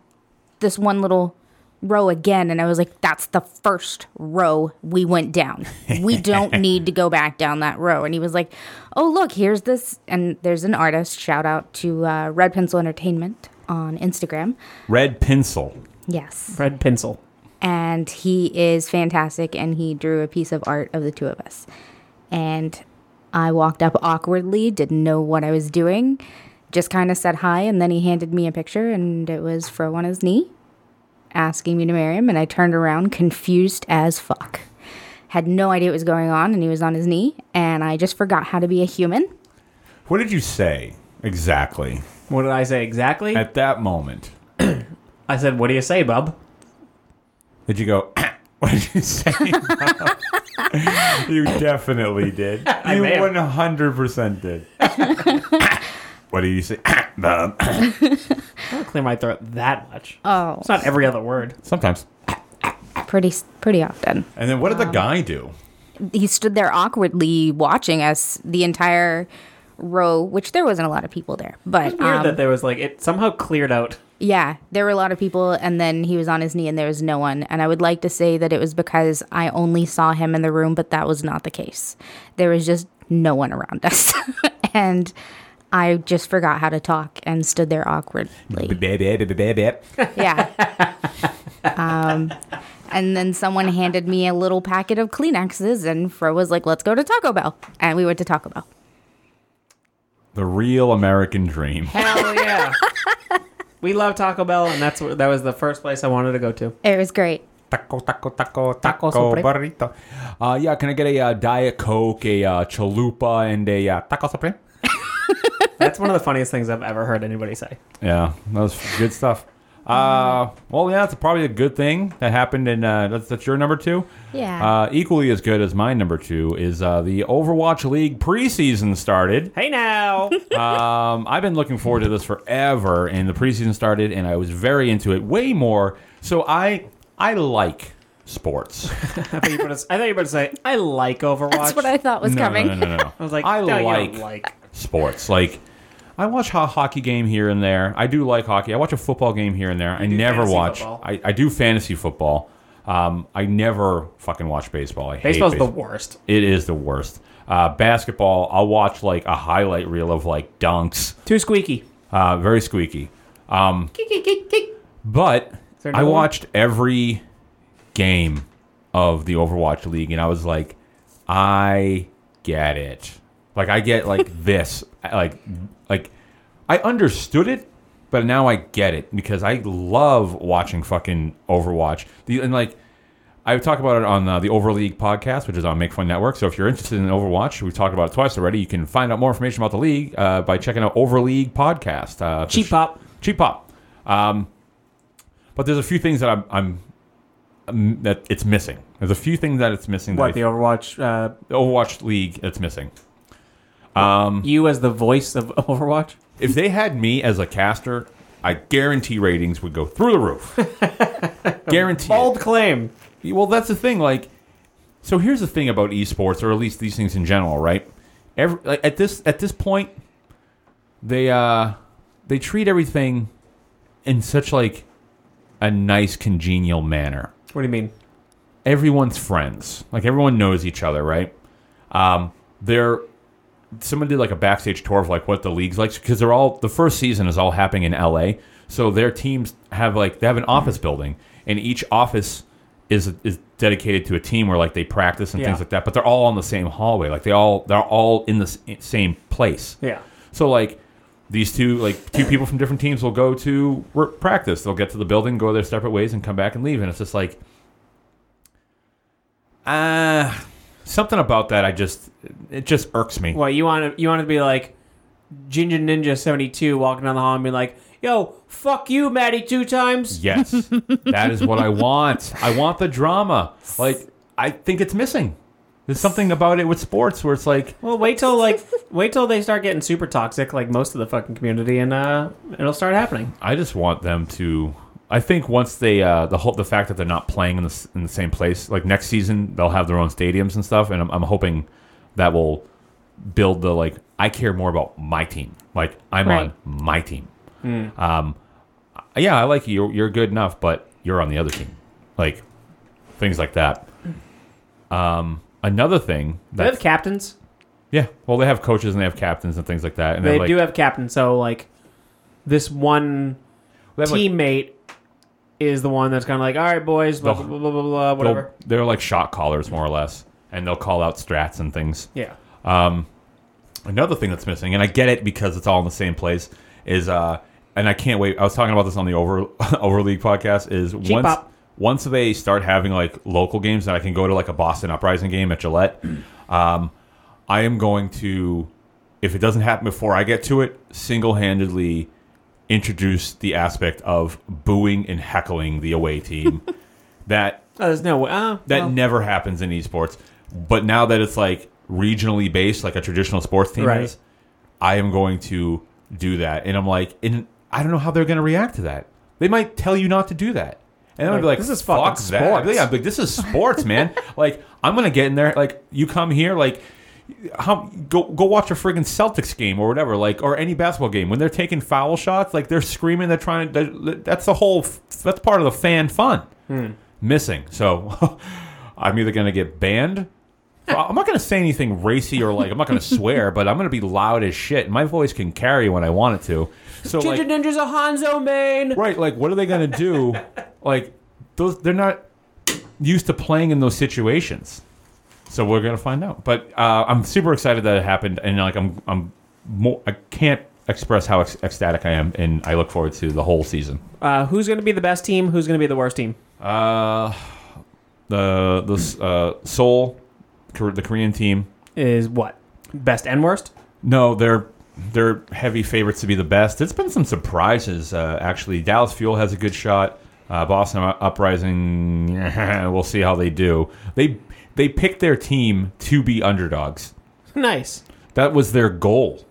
Speaker 7: this one little row again." And I was like, "That's the first row we went down. We don't need to go back down that row." And he was like, "Oh, look, here's this." And there's an artist. Shout out to uh, Red Pencil Entertainment on Instagram.
Speaker 1: Red pencil.
Speaker 7: Yes
Speaker 6: Red pencil.
Speaker 7: and he is fantastic and he drew a piece of art of the two of us and i walked up awkwardly didn't know what i was doing just kind of said hi and then he handed me a picture and it was fro on his knee asking me to marry him and i turned around confused as fuck had no idea what was going on and he was on his knee and i just forgot how to be a human
Speaker 1: What did you say exactly
Speaker 6: What did I say exactly?
Speaker 1: at that moment?
Speaker 6: I said, "What do you say, bub?"
Speaker 1: Did you go? what did you say? you definitely did. you
Speaker 6: may
Speaker 1: one
Speaker 6: have.
Speaker 1: hundred percent did. what do you say? Bub.
Speaker 6: I don't clear my throat that much.
Speaker 7: oh
Speaker 6: It's not every other word.
Speaker 1: Sometimes.
Speaker 7: pretty pretty often
Speaker 1: And then what
Speaker 7: Um,
Speaker 1: did the guy do?
Speaker 7: he stood there awkwardly watching us the entire row, which there wasn't a lot of people there, but
Speaker 6: It's weird
Speaker 7: um,
Speaker 6: that there was like it somehow cleared out.
Speaker 7: yeah, there were a lot of people. And then he was on his knee, and there was no one. And I would like to say that it was because I only saw him in the room, but that was not the case. There was just no one around us, and I just forgot how to talk and stood there awkwardly. Yeah. um, and then someone handed me a little packet of Kleenexes, and Fro was like, let's go to Taco Bell. And we went to Taco Bell.
Speaker 1: The real American dream.
Speaker 6: Hell yeah! we love Taco Bell, and that's where- that was the first place I wanted to go to.
Speaker 7: It was great.
Speaker 1: Taco, taco, taco,
Speaker 6: Taco
Speaker 1: taco,
Speaker 6: supreme.
Speaker 1: burrito. Uh, yeah, can I get a uh, Diet Coke, a uh, chalupa, and a uh, taco supreme?
Speaker 6: That's one of the funniest things I've ever heard anybody say.
Speaker 1: Yeah, that was good stuff. Uh, well, yeah, it's probably a good thing that happened, and uh, that's, that's your number two.
Speaker 7: Yeah.
Speaker 1: Uh, equally as good as my number two is uh, the Overwatch League preseason started.
Speaker 6: Hey now,
Speaker 1: Um, I've been looking forward to this forever, and the preseason started, and I was very into it, way more. So I, I like sports.
Speaker 6: I thought you were gonna s- I thought you were gonna say I like Overwatch.
Speaker 7: That's what I thought was
Speaker 1: no,
Speaker 7: coming.
Speaker 1: No, no, no, no.
Speaker 6: I was like,
Speaker 1: I
Speaker 6: no, you
Speaker 1: like,
Speaker 6: don't like.
Speaker 1: sports. Like, I watch a hockey game here and there. I do like hockey. I watch a football game here and there. I
Speaker 6: do
Speaker 1: never
Speaker 6: fantasy
Speaker 1: watch.
Speaker 6: football.
Speaker 1: I, I do fantasy football. Um, I never fucking watch baseball. I
Speaker 6: Baseball's
Speaker 1: hate
Speaker 6: the
Speaker 1: baseball.
Speaker 6: worst.
Speaker 1: It is the worst. Uh, basketball, I'll watch like a highlight reel of like dunks.
Speaker 6: Too squeaky.
Speaker 1: Uh, very squeaky. But
Speaker 6: there
Speaker 1: I
Speaker 6: another one?
Speaker 1: watched every game of the Overwatch League, and I was like, I get it. Like I get like this. Like like I understood it, but now I get it because I love watching fucking Overwatch. The and like. I've talked about it on uh, the Overleague podcast, which is on Make Fun Network. So if you're interested in Overwatch, we've talked about it twice already. You can find out more information about the league uh, by checking out Overleague podcast. Uh,
Speaker 6: Cheap pop.
Speaker 1: cheap pop. Um, but there's a few things that I'm, I'm, um, that it's missing. There's a few things that it's missing.
Speaker 6: What the
Speaker 1: that I-
Speaker 6: Overwatch? Uh,
Speaker 1: the Overwatch League that's missing.
Speaker 6: you as the voice of Overwatch.
Speaker 1: If they had me as a caster, I guarantee ratings would go through the roof. guarantee. it.
Speaker 6: Bold claim.
Speaker 1: Well, that's the thing. Like, so here's the thing about esports, or at least these things in general, right? Every, like, at this at this point, they uh they treat everything in such like a nice, congenial manner.
Speaker 6: What do you mean?
Speaker 1: everyone's friends. Like everyone knows each other, right? Um, they're someone did like a backstage tour of like what the league's like because they're all the first season is all happening in LA. So their teams have like they have an office building, and each office is is dedicated to a team where like they practice and things like that, but they're all on the same hallway. Like they all they're all in the s- same place.
Speaker 6: Yeah.
Speaker 1: So like these two like two people from different teams will go to re- practice. They'll get to the building, go their separate ways, and come back and leave. And it's just like, ah, something about that. I just it just irks me.
Speaker 6: What you want to you want to be like Ginger Ninja seventy two walking down the hall and be like, "Yo, fuck you, Maddie, two times."
Speaker 1: Yes, that is what I want. I want the drama. Like I think it's missing. There's something about it with sports where it's like
Speaker 6: Well, wait till like wait till they start getting super toxic, like most of the fucking community, and uh, it'll start happening.
Speaker 1: I just want them to. I think once they uh, the whole the fact that they're not playing in the s- in the same place, like next season they'll have their own stadiums and stuff, and I'm, I'm hoping that will build the like I care more about my team. Like I'm
Speaker 7: Right.
Speaker 1: on my team.
Speaker 6: Hmm.
Speaker 1: Um, yeah, I like you. You're, you're good enough, but you're on the other team. Like things like that. Um, another thing
Speaker 6: They
Speaker 1: that
Speaker 6: have captains.
Speaker 1: yeah, well they have coaches and they have captains and things like that, and
Speaker 6: They
Speaker 1: they're, like,
Speaker 6: do have captains. So like this one
Speaker 1: they have, like,
Speaker 6: teammate is the one that's kind of like, "All right, boys, blah
Speaker 1: The-
Speaker 6: blah blah blah, blah, blah
Speaker 1: they'll-
Speaker 6: whatever."
Speaker 1: They're like shot callers more or less, and they'll call out strats and things.
Speaker 6: Yeah.
Speaker 1: Another thing that's missing, and I get it because it's all in the same place, is uh, and I can't wait. I was talking about this on the over over league podcast. Is once
Speaker 6: pop.
Speaker 1: once they start having like local games, and I can go to like a Boston Uprising game at Gillette. Um, I am going to, if it doesn't happen before I get to it, single handedly introduce the aspect of booing and heckling the away team. that
Speaker 6: Oh, there's no way. Uh,
Speaker 1: that
Speaker 6: well,
Speaker 1: never happens in esports. But now that it's like regionally based, like a traditional sports team
Speaker 6: Right.
Speaker 1: is, I am going to do that. And I'm like, and I don't know how they're going to react to that. They might tell you not to do that. And I'm gonna be
Speaker 6: Like,
Speaker 1: like,
Speaker 6: this is
Speaker 1: fuck
Speaker 6: fucking
Speaker 1: that.
Speaker 6: sports.
Speaker 1: Yeah, I'm like, this is sports, man. like, I'm gonna get in there. Like, you come here, like, how go go watch a friggin' Celtics game or whatever, like, or any basketball game. When they're taking foul shots, like they're screaming, they're trying to. they're- that's the whole. f- That's part of the fan fun. Missing. So, I'm either gonna get banned. I'm not gonna say anything racy or like I'm not gonna swear, but I'm gonna be loud as shit. My voice can carry when I want it to. So
Speaker 6: Ginger
Speaker 1: like,
Speaker 6: Ninja's a Hanzo main.
Speaker 1: right like what are they going to do like those they're not used to playing in those situations so we're going to find out but uh, i'm super excited that it happened and like i'm i'm more i can't express how ec- ecstatic i am and i look forward to the whole season
Speaker 6: Uh, who's going to be the best team? Who's going to be the worst team?
Speaker 1: uh the the uh seoul Kor- the korean team
Speaker 6: Is what best and worst?
Speaker 1: No, they're they're heavy favorites to be the best. There's been some surprises uh, actually. Dallas Fuel has a good shot. Uh, Boston Uprising, we'll see how they do. They they picked their team to be underdogs.
Speaker 6: nice.
Speaker 1: That was their goal.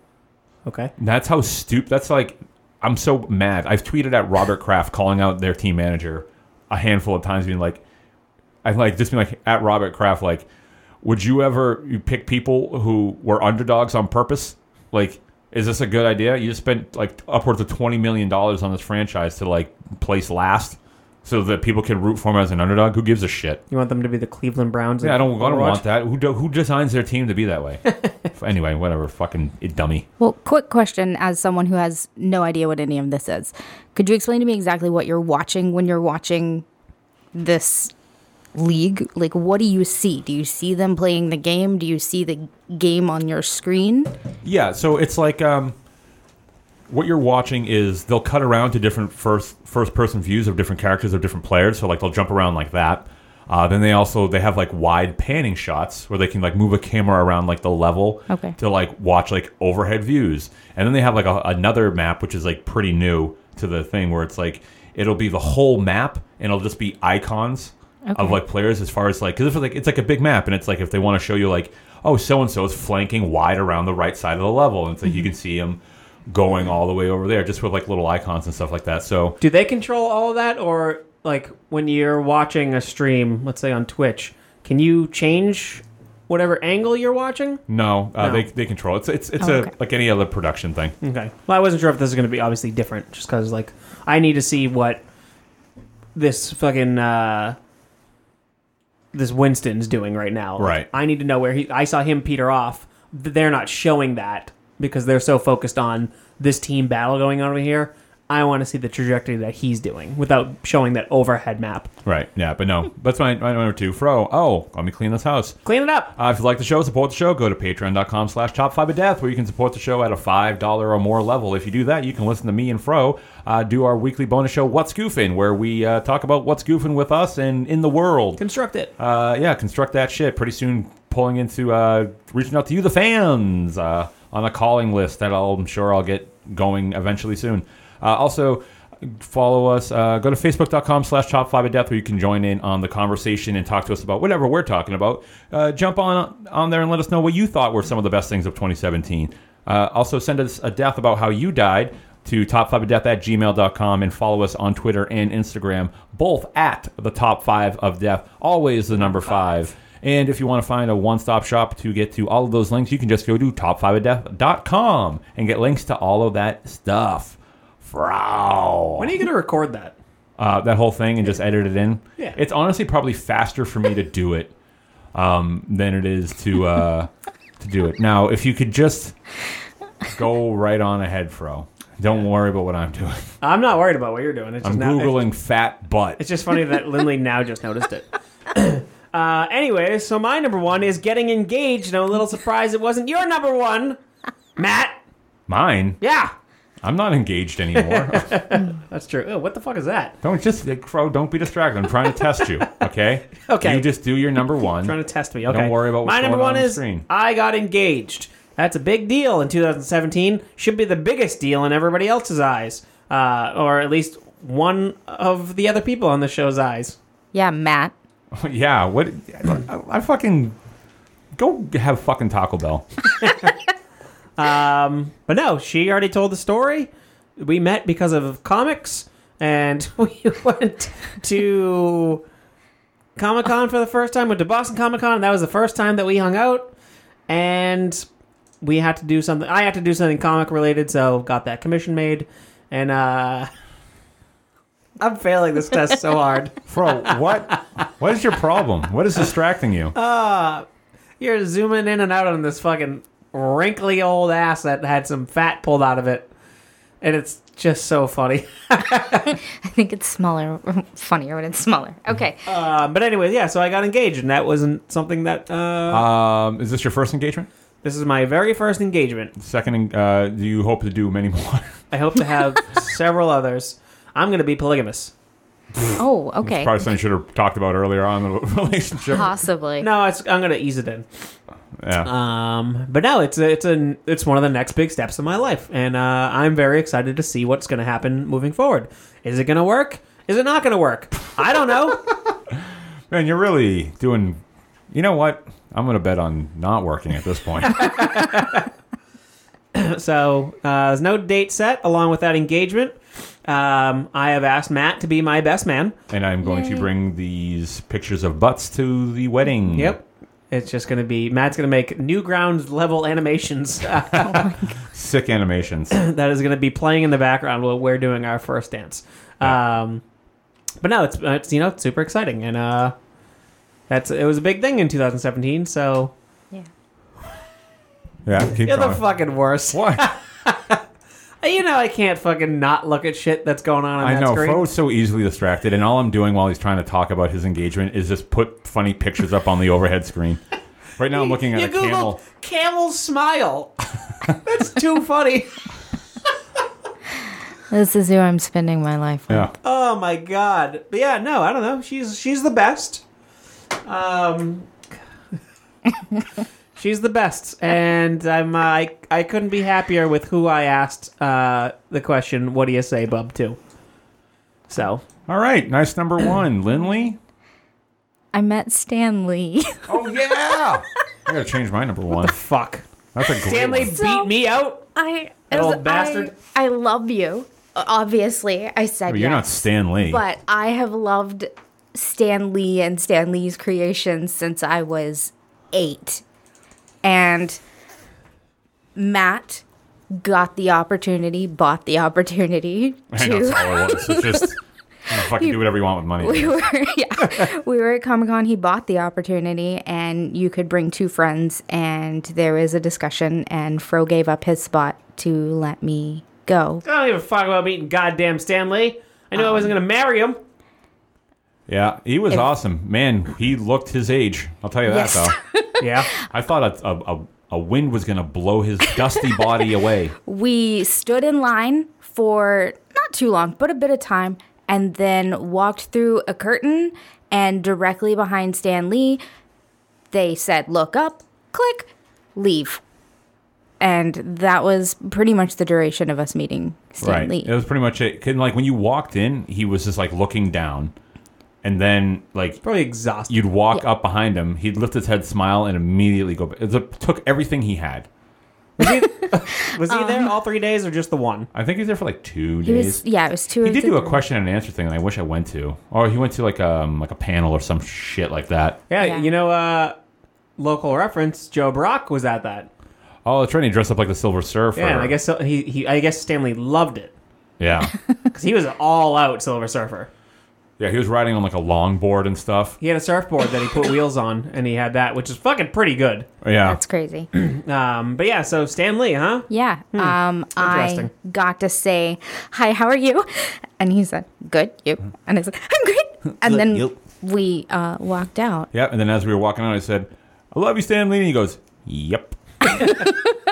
Speaker 6: Okay.
Speaker 1: That's how stupid. That's like, I'm so mad. I've tweeted at Robert Kraft calling out their team manager a handful of times, being like, I'm like, just being like, at Robert Kraft, like, would you ever you pick people who were underdogs on purpose? Like, is this a good idea? You just spent like upwards of $20 million on this franchise to like place last so that people can root for him as an underdog. Who gives a shit?
Speaker 6: You want them to be the Cleveland Browns?
Speaker 1: Yeah, I don't, I don't
Speaker 6: Overwatch?
Speaker 1: want that. Who, do- who designs their team to be that way? anyway, whatever. Fucking dummy.
Speaker 7: Well, quick question as someone who has no idea what any of this is. Could you explain to me exactly what you're watching when you're watching this league? Like, what do you see? Do you see them playing the game? Do you see the game on your screen?
Speaker 1: Yeah, so it's like um, what you're watching is they'll cut around to different first first person views of different characters of different players. So like they'll jump around like that. Uh, then they also they have like wide panning shots where they can like move a camera around like the level
Speaker 7: Okay.
Speaker 1: to like watch like overhead views. And then they have like a, another map which is like pretty new to the thing where it's like it'll be the whole map and it'll just be icons of like players as far as like because it's like it's like a big map and it's like if they want to show you like oh so and so is flanking wide around the right side of the level and it's like you can see them going all the way over there just with like little icons and stuff like that so
Speaker 6: Do they control all of that, or like when you're watching a stream, let's say on Twitch, can you change whatever angle you're watching?
Speaker 1: no, uh,
Speaker 6: No.
Speaker 1: They, they control it. it's it's, it's
Speaker 7: Oh,
Speaker 1: a
Speaker 7: okay.
Speaker 1: like any other production thing
Speaker 6: Okay. Well, I wasn't sure if this is going to be obviously different, just because like I need to see what this fucking uh, this Winston's doing right now. Like,
Speaker 1: Right.
Speaker 6: I need to know where he. I saw him peter off. Th- They're not showing that because they're so focused on this team battle going on over here. I want to see the trajectory that he's doing without showing that overhead map.
Speaker 1: Right. Yeah, but no. That's my, my number two. Fro. Oh, let me clean this house.
Speaker 6: Clean it up.
Speaker 1: Uh, if you like the show, support the show. Go to patreon.com slash top five of death, where you can support the show at a $5 or more level. If you do that, you can listen to me and Fro uh, do our weekly bonus show, What's Goofing, where we uh, talk about what's goofing with us and in the world.
Speaker 6: Construct it.
Speaker 1: Uh, yeah, construct that shit. Pretty soon, pulling into uh, reaching out to you, the fans, uh, on a calling list that I'll, I'm sure I'll get going eventually soon. Uh, also, follow us. Uh, go to facebook.com slash top five of death where you can join in on the conversation and talk to us about whatever we're talking about. Uh, jump on on there and let us know what you thought were some of the best things of 2017. Uh, also, send us a death about how you died to top five of death at gmail.com and follow us on Twitter and Instagram, both at the top five of death, always the number five. And if you want to find a one stop shop to get to all of those links, you can just go to top5ofdeath.com and get links to all of that stuff. Frow.
Speaker 6: When are you going to record that?
Speaker 1: Uh, that whole thing and just edit it in.
Speaker 6: Yeah.
Speaker 1: It's honestly probably faster for me to do it um, than it is to uh, to do it. Now, if you could just go right on ahead, Fro. Don't worry about what I'm doing.
Speaker 6: I'm not worried about what you're doing. It's
Speaker 1: I'm
Speaker 6: just now, it's-
Speaker 1: googling fat butt.
Speaker 6: It's just funny that Lindley now just noticed it. uh, anyway, so my number one is getting engaged. and I'm a little surprised it wasn't your number one, Matt.
Speaker 1: Mine.
Speaker 6: Yeah,
Speaker 1: I'm not engaged anymore.
Speaker 6: that's true. Ew, what the fuck is that?
Speaker 1: don't just Fro. Don't be distracted. I'm trying to test you. Okay.
Speaker 6: Okay.
Speaker 1: You just do your number one.
Speaker 6: Trying to test me. Okay.
Speaker 1: Don't worry about what's
Speaker 6: my number
Speaker 1: going on
Speaker 6: one
Speaker 1: on the
Speaker 6: is
Speaker 1: screen.
Speaker 6: I got engaged. That's a big deal in 2017. Should be the biggest deal in everybody else's eyes, uh, or at least one of the other people on the show's eyes.
Speaker 7: Yeah, Matt.
Speaker 1: yeah. What? I, I fucking go have fucking Taco Bell.
Speaker 6: Um, but no, she already told the story. We met because of comics, and we went to Comic Con for the first time. Went to Boston Comic Con, and that was the first time that we hung out. And we had to do something. I had to do something comic related, so got that commission made. And uh, I'm failing this test so hard.
Speaker 1: Bro, what? What is your problem? What is distracting you?
Speaker 6: You're zooming in and out on this fucking wrinkly old ass that had some fat pulled out of it, and it's just so funny.
Speaker 7: I think it's smaller, funnier when it's smaller. Okay.
Speaker 6: Um, but anyways, yeah. So I got engaged, and that wasn't something that. Uh,
Speaker 1: um, is this your first engagement?
Speaker 6: this is my very first engagement.
Speaker 1: Second, uh, do you hope to do many more?
Speaker 6: I hope to have several others. I'm gonna be polygamous.
Speaker 7: Oh,
Speaker 1: That's
Speaker 7: okay.
Speaker 1: probably something you should have talked about earlier on in the relationship.
Speaker 6: Uh-huh.
Speaker 7: Possibly.
Speaker 6: No, it's, I'm gonna ease it in.
Speaker 1: Yeah.
Speaker 6: Um, but no, it's a, it's a, it's one of the next big steps in my life, and uh, I'm very excited to see what's gonna happen moving forward. Is it gonna work? Is it not gonna work? I don't know.
Speaker 1: Man, you're really doing. You know what? I'm gonna bet on not working at this point.
Speaker 6: So uh, there's no date set along with that engagement. Um, I have asked Matt to be my best man.
Speaker 1: and I'm going to bring these pictures of butts to the wedding.
Speaker 6: Yep. It's just going to be Matt's going to make Newgrounds level animations that
Speaker 1: Sick animations.
Speaker 6: is going to be playing in the background while we're doing our first dance. Um, but no, it's it's you know it's super exciting and uh, that's it was a big thing in 2017. So
Speaker 7: Yeah.
Speaker 1: Yeah. Keep
Speaker 6: you're the
Speaker 1: going.
Speaker 6: fucking worst.
Speaker 1: What?
Speaker 6: You know I can't fucking not look at shit that's going on. on
Speaker 1: I
Speaker 6: that
Speaker 1: know.
Speaker 6: Screen.
Speaker 1: Fro's so easily distracted, and all I'm doing while he's trying to talk about his engagement is just put funny pictures up on the overhead screen. Right now, I'm looking at
Speaker 6: you
Speaker 1: a
Speaker 6: Googled
Speaker 1: camel.
Speaker 6: camel smile. that's too funny.
Speaker 7: This is who I'm spending my life with.
Speaker 1: Yeah.
Speaker 6: Oh my god. But yeah, no, I don't know. She's she's the best. Um She's the best and I'm uh, I, I couldn't be happier with who I asked uh the question, what do you say bub to? So,
Speaker 1: All right, nice number one, Lindley.
Speaker 7: I met Stan Lee.
Speaker 1: Oh yeah, I gotta change my number one.
Speaker 6: fuck.
Speaker 1: That's a great
Speaker 6: Stanley
Speaker 1: one.
Speaker 7: So-
Speaker 6: beat me out.
Speaker 7: I
Speaker 6: That
Speaker 7: as
Speaker 6: old bastard.
Speaker 7: I, I love you. Obviously, I said
Speaker 1: But Oh, you're not
Speaker 7: yes.
Speaker 1: Stanley.
Speaker 7: but I have loved Stan Lee and Stan Lee's creations since I was eight. And Matt got the opportunity, bought the opportunity
Speaker 1: I know that's
Speaker 7: to.
Speaker 1: all it was. It's just you know, fucking do whatever you want with
Speaker 7: We
Speaker 1: money.
Speaker 7: were, yeah, we were at Comic Con. He bought the opportunity, and you could bring two friends. And there was a discussion, and Fro gave up his spot to let me Go.
Speaker 6: I don't give a fuck about meeting goddamn Stanley. I knew I wasn't gonna marry him.
Speaker 1: Yeah, he was
Speaker 7: If-
Speaker 1: awesome, man. He looked his age. I'll tell you that
Speaker 7: Yes.
Speaker 1: though.
Speaker 6: Yeah.
Speaker 1: I thought a, a, a, a wind was gonna blow his dusty body away.
Speaker 7: We stood in line for not too long, but a bit of time, and then walked through a curtain, and directly behind Stan Lee, they said, Look up, click, leave. And that was pretty much the duration of us meeting Stan
Speaker 1: right.
Speaker 7: Lee.
Speaker 1: It was pretty much it. 'Cause, like when you walked in, he was just like looking down, and then like
Speaker 6: Probably exhausted.
Speaker 1: you'd walk up behind him, he'd lift his head, smile, and immediately go. back. It took everything he had.
Speaker 6: Was he there all three days or just the one?
Speaker 1: I think he was there for like two
Speaker 7: He
Speaker 1: days.
Speaker 7: was, yeah, it was two.
Speaker 1: he
Speaker 7: or
Speaker 1: did do a
Speaker 7: three.
Speaker 1: question and answer thing, and I wish I went to. Or he went to like um like a panel or some shit like that.
Speaker 6: Yeah,
Speaker 7: Yeah.
Speaker 6: you know, uh, local reference, Joe Brock was at that.
Speaker 1: Oh, that's right. He dressed up like the Silver Surfer.
Speaker 6: Yeah, and I guess he, he I guess Stanley loved it
Speaker 1: Yeah,
Speaker 6: because he was an all out Silver Surfer.
Speaker 1: yeah. He was riding on like a longboard and stuff.
Speaker 6: He had a surfboard that he put wheels on, and he had that, which is fucking pretty good.
Speaker 1: Yeah,
Speaker 7: That's crazy.
Speaker 6: Um, but yeah, so Stan Lee, huh?
Speaker 7: Yeah.
Speaker 1: Hmm.
Speaker 7: Um, I
Speaker 6: Interesting.
Speaker 7: got to say, Hi, how are you? And he said, Good, you.
Speaker 1: Hmm.
Speaker 7: And I said, I'm great. And then
Speaker 1: you.
Speaker 7: we uh, walked out.
Speaker 1: yeah. And then as we were walking out, I said, "I love you, Stan Lee." And he goes, "Yep."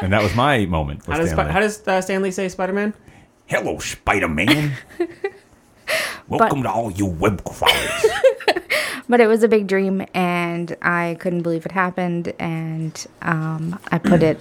Speaker 1: and that was my moment. With
Speaker 6: How does
Speaker 1: Stan
Speaker 6: Spi-
Speaker 1: Lee.
Speaker 6: how does uh, Stan Lee say Spider Man?
Speaker 1: Hello, Spider Man. Welcome to all you web crawlers.
Speaker 7: But it was a big dream, and I couldn't believe it happened. And um, I put it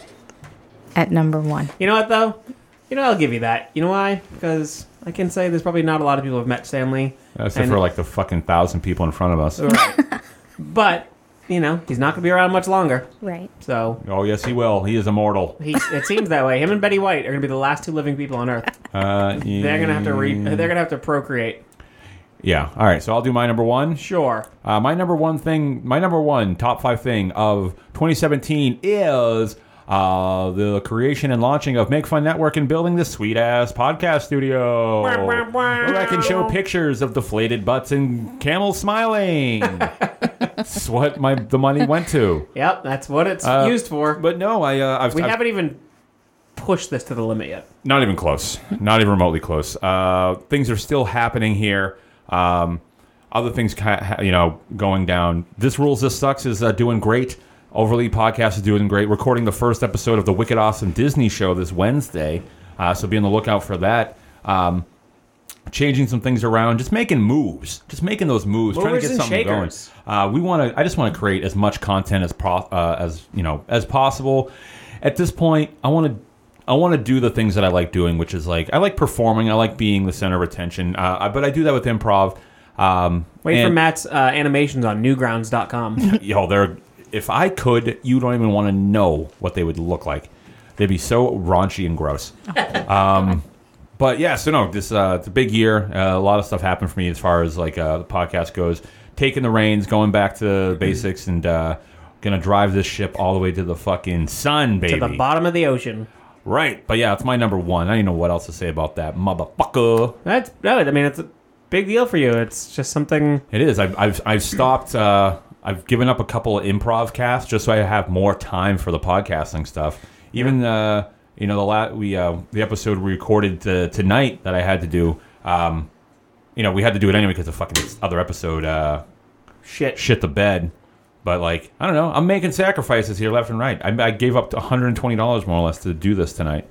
Speaker 7: at number one.
Speaker 6: You know what though? You know I'll give you that. You know why? Because I can say there's probably not a lot of people who have met Stan Lee.
Speaker 1: Except
Speaker 6: And-
Speaker 1: for like the fucking thousand people in front of us.
Speaker 6: Right. but you know he's not gonna be around much longer.
Speaker 7: Right.
Speaker 6: So
Speaker 1: Oh yes, he will. He is immortal.
Speaker 6: he, it seems that way. Him and Betty White are gonna be the last two living people on Earth.
Speaker 1: Uh,
Speaker 6: They're gonna have to re-
Speaker 1: yeah.
Speaker 6: They're gonna have to procreate.
Speaker 1: Yeah. All right. So I'll do my number one.
Speaker 6: Sure.
Speaker 1: Uh, my number one thing, my number one top five thing of 2017 is uh, the creation and launching of Make Fun Network and building the sweet ass podcast studio. Where I can show pictures of deflated butts and camels smiling. That's what my the money went to.
Speaker 6: Yep, that's what it's
Speaker 1: Uh,
Speaker 6: used for.
Speaker 1: But no, I uh, I've,
Speaker 6: we
Speaker 1: I've-
Speaker 6: haven't even pushed this to the limit yet.
Speaker 1: not even close. Not even remotely close. Uh, things are still happening here. Um, other things, ki- ha- you know, going down. This rules. This sucks. Is uh, doing great. Overly podcast is doing great. Recording the first episode of the Wicked Awesome Disney Show this Wednesday. Uh, so be on the lookout for that. Um, changing some things around, just making moves, just making those moves, trying to
Speaker 6: Movers
Speaker 1: get
Speaker 6: and
Speaker 1: something
Speaker 6: shakers.
Speaker 1: going. Uh, we want to. I just want to create as much content as pro, uh, as you know as possible. At this point, I want to. I want to do the things that I like doing, which is like I like performing. I like being the center of attention, uh, I- but I do that with improv. Um,
Speaker 6: Wait for
Speaker 1: and-
Speaker 6: Matt's uh, animations on newgrounds.com.
Speaker 1: yo, they're if I could, you don't even want to know what they would look like. They'd be so raunchy and gross. um, but yeah, so no, this uh, it's a big year. Uh, a lot of stuff happened for me as far as like uh, the podcast goes. Taking the reins, going back to the basics, and uh, gonna drive this ship all the way to the fucking sun,
Speaker 6: to
Speaker 1: baby.
Speaker 6: the bottom of the ocean.
Speaker 1: right? But yeah, it's my number one. I don't even know what else to say about that motherfucker.
Speaker 6: That's no, I mean it's a big deal for you. It's just something
Speaker 1: It is. I've I've, I've stopped. Uh, I've given up a couple of improv casts just so I have more time for the podcasting stuff. Even uh, you know the la- we uh, the episode we recorded uh, tonight that I had to do. Um, you know we had to do it anyway because the fucking other episode uh,
Speaker 6: shit.
Speaker 1: shit the bed. But like I don't know, I'm making sacrifices here left and right. I, I gave up to 120 dollars more or less to do this tonight.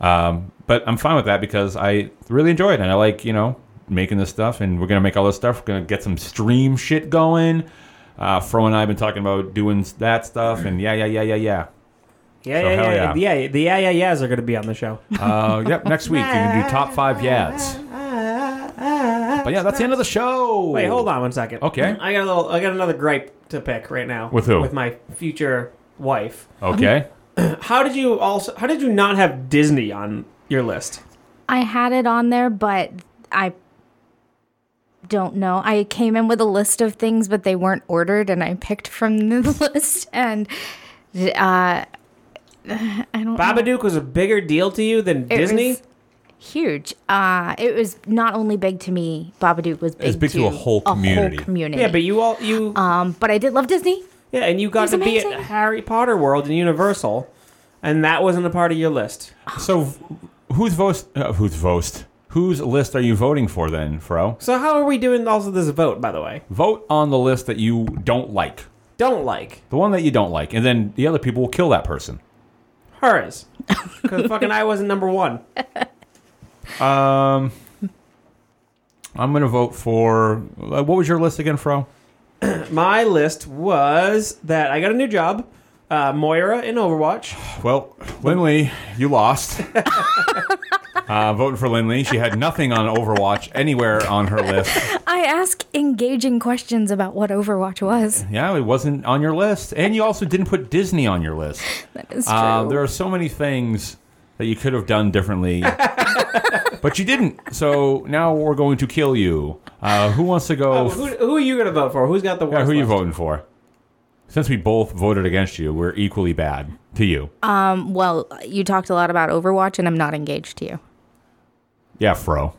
Speaker 1: Um, but I'm fine with that because I really enjoy it and I like you know making this stuff. And we're gonna make all this stuff. We're gonna get some stream shit going. Uh, Fro and I have been talking about doing that stuff. And yeah, yeah, yeah, yeah, yeah.
Speaker 6: Yeah,
Speaker 1: So
Speaker 6: yeah,
Speaker 1: hell
Speaker 6: yeah, yeah, The yeah, yeah, yeahs are going to be on the show.
Speaker 1: Uh, yep. Next week you can do top five yads. But yeah, that's the end of the show.
Speaker 6: Wait, hold on one second.
Speaker 1: Okay.
Speaker 6: I got a little. I got another gripe to pick right now.
Speaker 1: With who?
Speaker 6: With my future wife.
Speaker 1: Okay.
Speaker 6: How did you also? How did you not have Disney on your list?
Speaker 7: I had it on there, but I don't know. I came in with a list of things, but they weren't ordered, and I picked from the list. And uh, I don't. know.
Speaker 6: Babadook was a bigger deal to you than
Speaker 7: It
Speaker 6: Disney.
Speaker 7: was huge. Uh, it was not only big to me. Babadook was big.
Speaker 1: was big to a whole community.
Speaker 7: community.
Speaker 6: yeah, but you all you
Speaker 7: um, but I did love Disney.
Speaker 6: yeah, and you got
Speaker 7: was
Speaker 6: to be at
Speaker 7: amazing.
Speaker 6: Harry Potter World and Universal, and that wasn't a part of your list.
Speaker 1: So Whose vote? Uh, whose vote? Whose list are you voting for then, Fro?
Speaker 6: So how are we doing also this vote, by the way?
Speaker 1: Vote on the list that you don't like,
Speaker 6: Don't like.
Speaker 1: the one that you don't like, and then the other people will kill that person.
Speaker 6: Hers. Because fucking I wasn't number one.
Speaker 1: Um, I'm gonna vote for. Uh, what was your list again, Fro?
Speaker 6: My list was that I got a new job. Uh, Moira in Overwatch.
Speaker 1: Well, Linley, you lost. uh, voting for Linley, she had nothing on Overwatch anywhere on her list.
Speaker 7: I ask engaging questions about what Overwatch was.
Speaker 1: Yeah, it wasn't on your list, and you also didn't put Disney on your list.
Speaker 7: It's true.
Speaker 1: Uh, there are so many things that you could have done differently, but you didn't. So now we're going to kill you. Uh, who wants to go?
Speaker 6: Uh,
Speaker 1: f-
Speaker 6: who, who are you going to vote for? Who's got the worst?
Speaker 1: yeah, who are you
Speaker 6: list?
Speaker 1: voting for? Since we both voted against you, we're equally bad to you.
Speaker 6: Uh.
Speaker 7: Um, well, you talked a lot about Overwatch, and I'm not engaged to you.
Speaker 1: Yeah, Fro.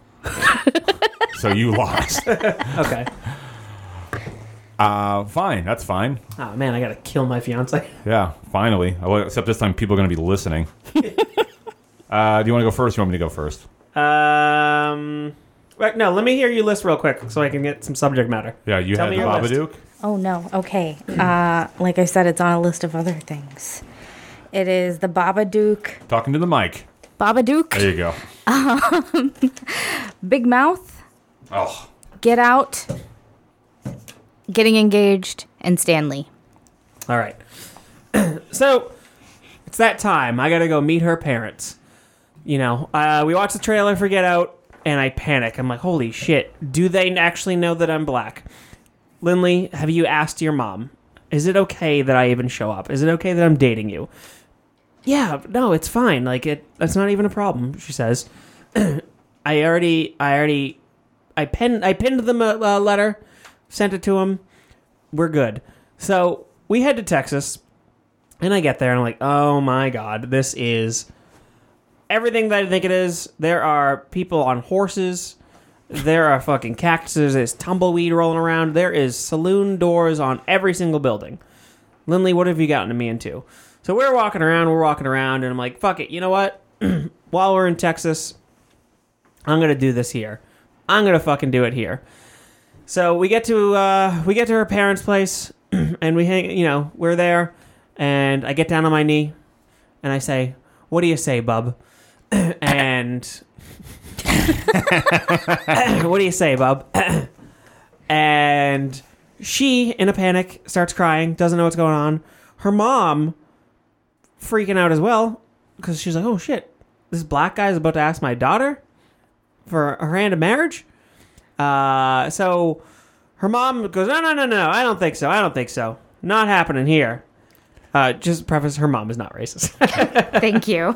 Speaker 1: so you lost.
Speaker 6: Okay.
Speaker 1: Uh, fine, that's fine.
Speaker 6: Oh man, I gotta kill my fiance.
Speaker 1: Yeah, finally. Well, Except this time, people are going to be listening. uh, do you want to go first? Or you want me to go first?
Speaker 6: Um, right, no, let me hear your list real quick so I can get some subject matter.
Speaker 1: Yeah, you
Speaker 6: Tell
Speaker 1: had
Speaker 6: me
Speaker 1: the
Speaker 6: your list.
Speaker 1: Babadook.
Speaker 7: Oh no. Okay. Uh, like I said, it's on a list of other things. It is the Babadook,
Speaker 1: Talking to the mic. There
Speaker 7: Babadook,
Speaker 1: you go.
Speaker 7: Big Mouth,
Speaker 1: Oh,
Speaker 7: Get Out, Getting Engaged, and Stanley.
Speaker 6: All right. so it's that time. I gotta go meet her parents. You know, uh, we watch the trailer for Get Out, and I panic. I'm like, holy shit, do they actually know that I'm black? Lindley, have you asked your mom? Is it okay that I even show up? Is it okay that I'm dating you? Yeah, no, it's fine. Like it, that's not even a problem. She says, I already, I already, I pinned, I pinned them a, a letter, sent it to them. We're good. So we head to Texas, and I get there, and I'm like, oh my god, this is everything that I think it is. There are people on horses. There are fucking cactuses. There's tumbleweed rolling around. There is saloon doors on every single building. Lindley, what have you gotten me into? So we're walking around, we're walking around, and I'm like, fuck it, you know what? While we're in Texas, I'm gonna do this here. I'm gonna fucking do it here. So we get to uh, we get to her parents' place, and we hang. You know, we're there, and I get down on my knee, and I say, "What do you say, bub?" and what do you say, bub? and she, in a panic, starts crying. Doesn't know what's going on. Her mom, freaking out as well, because she's like, "Oh shit, this black guy is about to ask my daughter for her hand in marriage." Uh, so her mom goes, no, no, no, no, I don't think so. I don't think so. Not happening here. Uh, just preface, her mom is not racist.
Speaker 7: Thank you.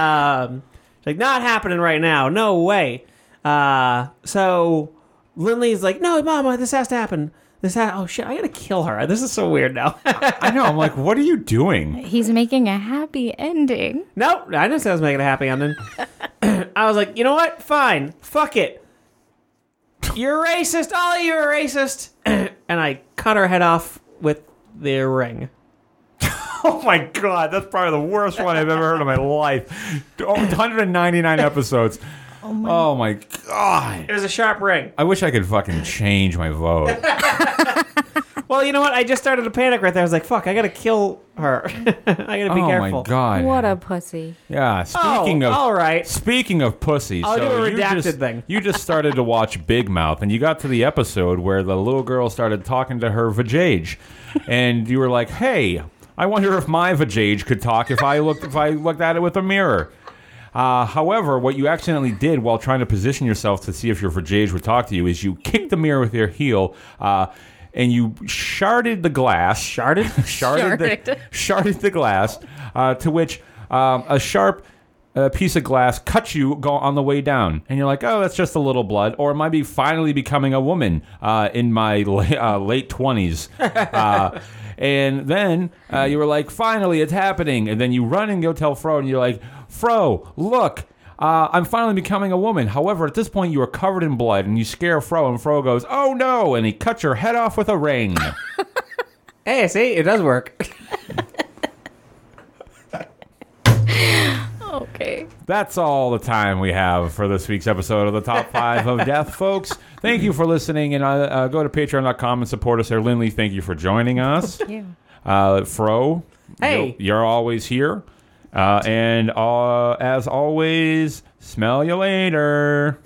Speaker 6: um, she's like, not happening right now. No way. Uh, so Lindley's like, no, mom, this has to happen. This ha- oh shit, I gotta kill her. This is so weird now.
Speaker 1: I know. I'm like, what are you doing?
Speaker 7: He's making a happy ending.
Speaker 6: no, I didn't say I was making a happy ending. I was like, you know what? Fine. Fuck it. You're racist. All of you are racist. and I cut her head off with the ring.
Speaker 1: Oh my god, that's probably the worst one I've ever heard in my life. Oh, 199 episodes. Oh my, god.
Speaker 6: It was a sharp ring.
Speaker 1: I wish I could fucking change my vote.
Speaker 6: Well, you know what? I just started to panic right there. I was like, fuck, I gotta kill her. I gotta be
Speaker 1: oh my
Speaker 6: careful.
Speaker 1: god.
Speaker 7: What a pussy.
Speaker 1: Yeah.
Speaker 6: Oh,
Speaker 1: Speaking of.
Speaker 6: all right.
Speaker 1: Speaking of pussy,
Speaker 6: I'll
Speaker 1: so
Speaker 6: do a
Speaker 1: you
Speaker 6: redacted
Speaker 1: just,
Speaker 6: thing.
Speaker 1: You just started to watch Big Mouth, and you got to the episode where the little girl started talking to her vajage, and you were like, "Hey, I wonder if my vajage could talk if I looked if I looked at it with a mirror." Uh, however, what you accidentally did while trying to position yourself to see if your vajage would talk to you is you kicked the mirror with your heel. Uh, and you sharded the glass. Sharded? sharded, The, sharded the glass, uh, to which um, a sharp a piece of glass cut you go on the way down, and you're like, "Oh, that's just a little blood," or am I be finally becoming a woman uh, in my la- uh, late twenties? Uh, and then uh, you were like, "Finally, it's happening!" And then you run and go tell Fro, and you're like, "Fro, look." Uh, I'm finally becoming a woman. However, at this point, you are covered in blood, and you scare Fro, and Fro goes, "Oh no!" and he cuts your head off with a ring.
Speaker 6: Hey, see, it does work.
Speaker 7: Okay.
Speaker 1: That's all the time we have for this week's episode of the Top Five of Death, folks. Thank you for listening, and uh, uh, go to patreon.com and support us there. Lindley, thank you for joining us.
Speaker 7: Yeah.
Speaker 1: Uh, Fro,
Speaker 6: Hey.
Speaker 1: you're, you're always here. Uh, and uh, as always, smell you later.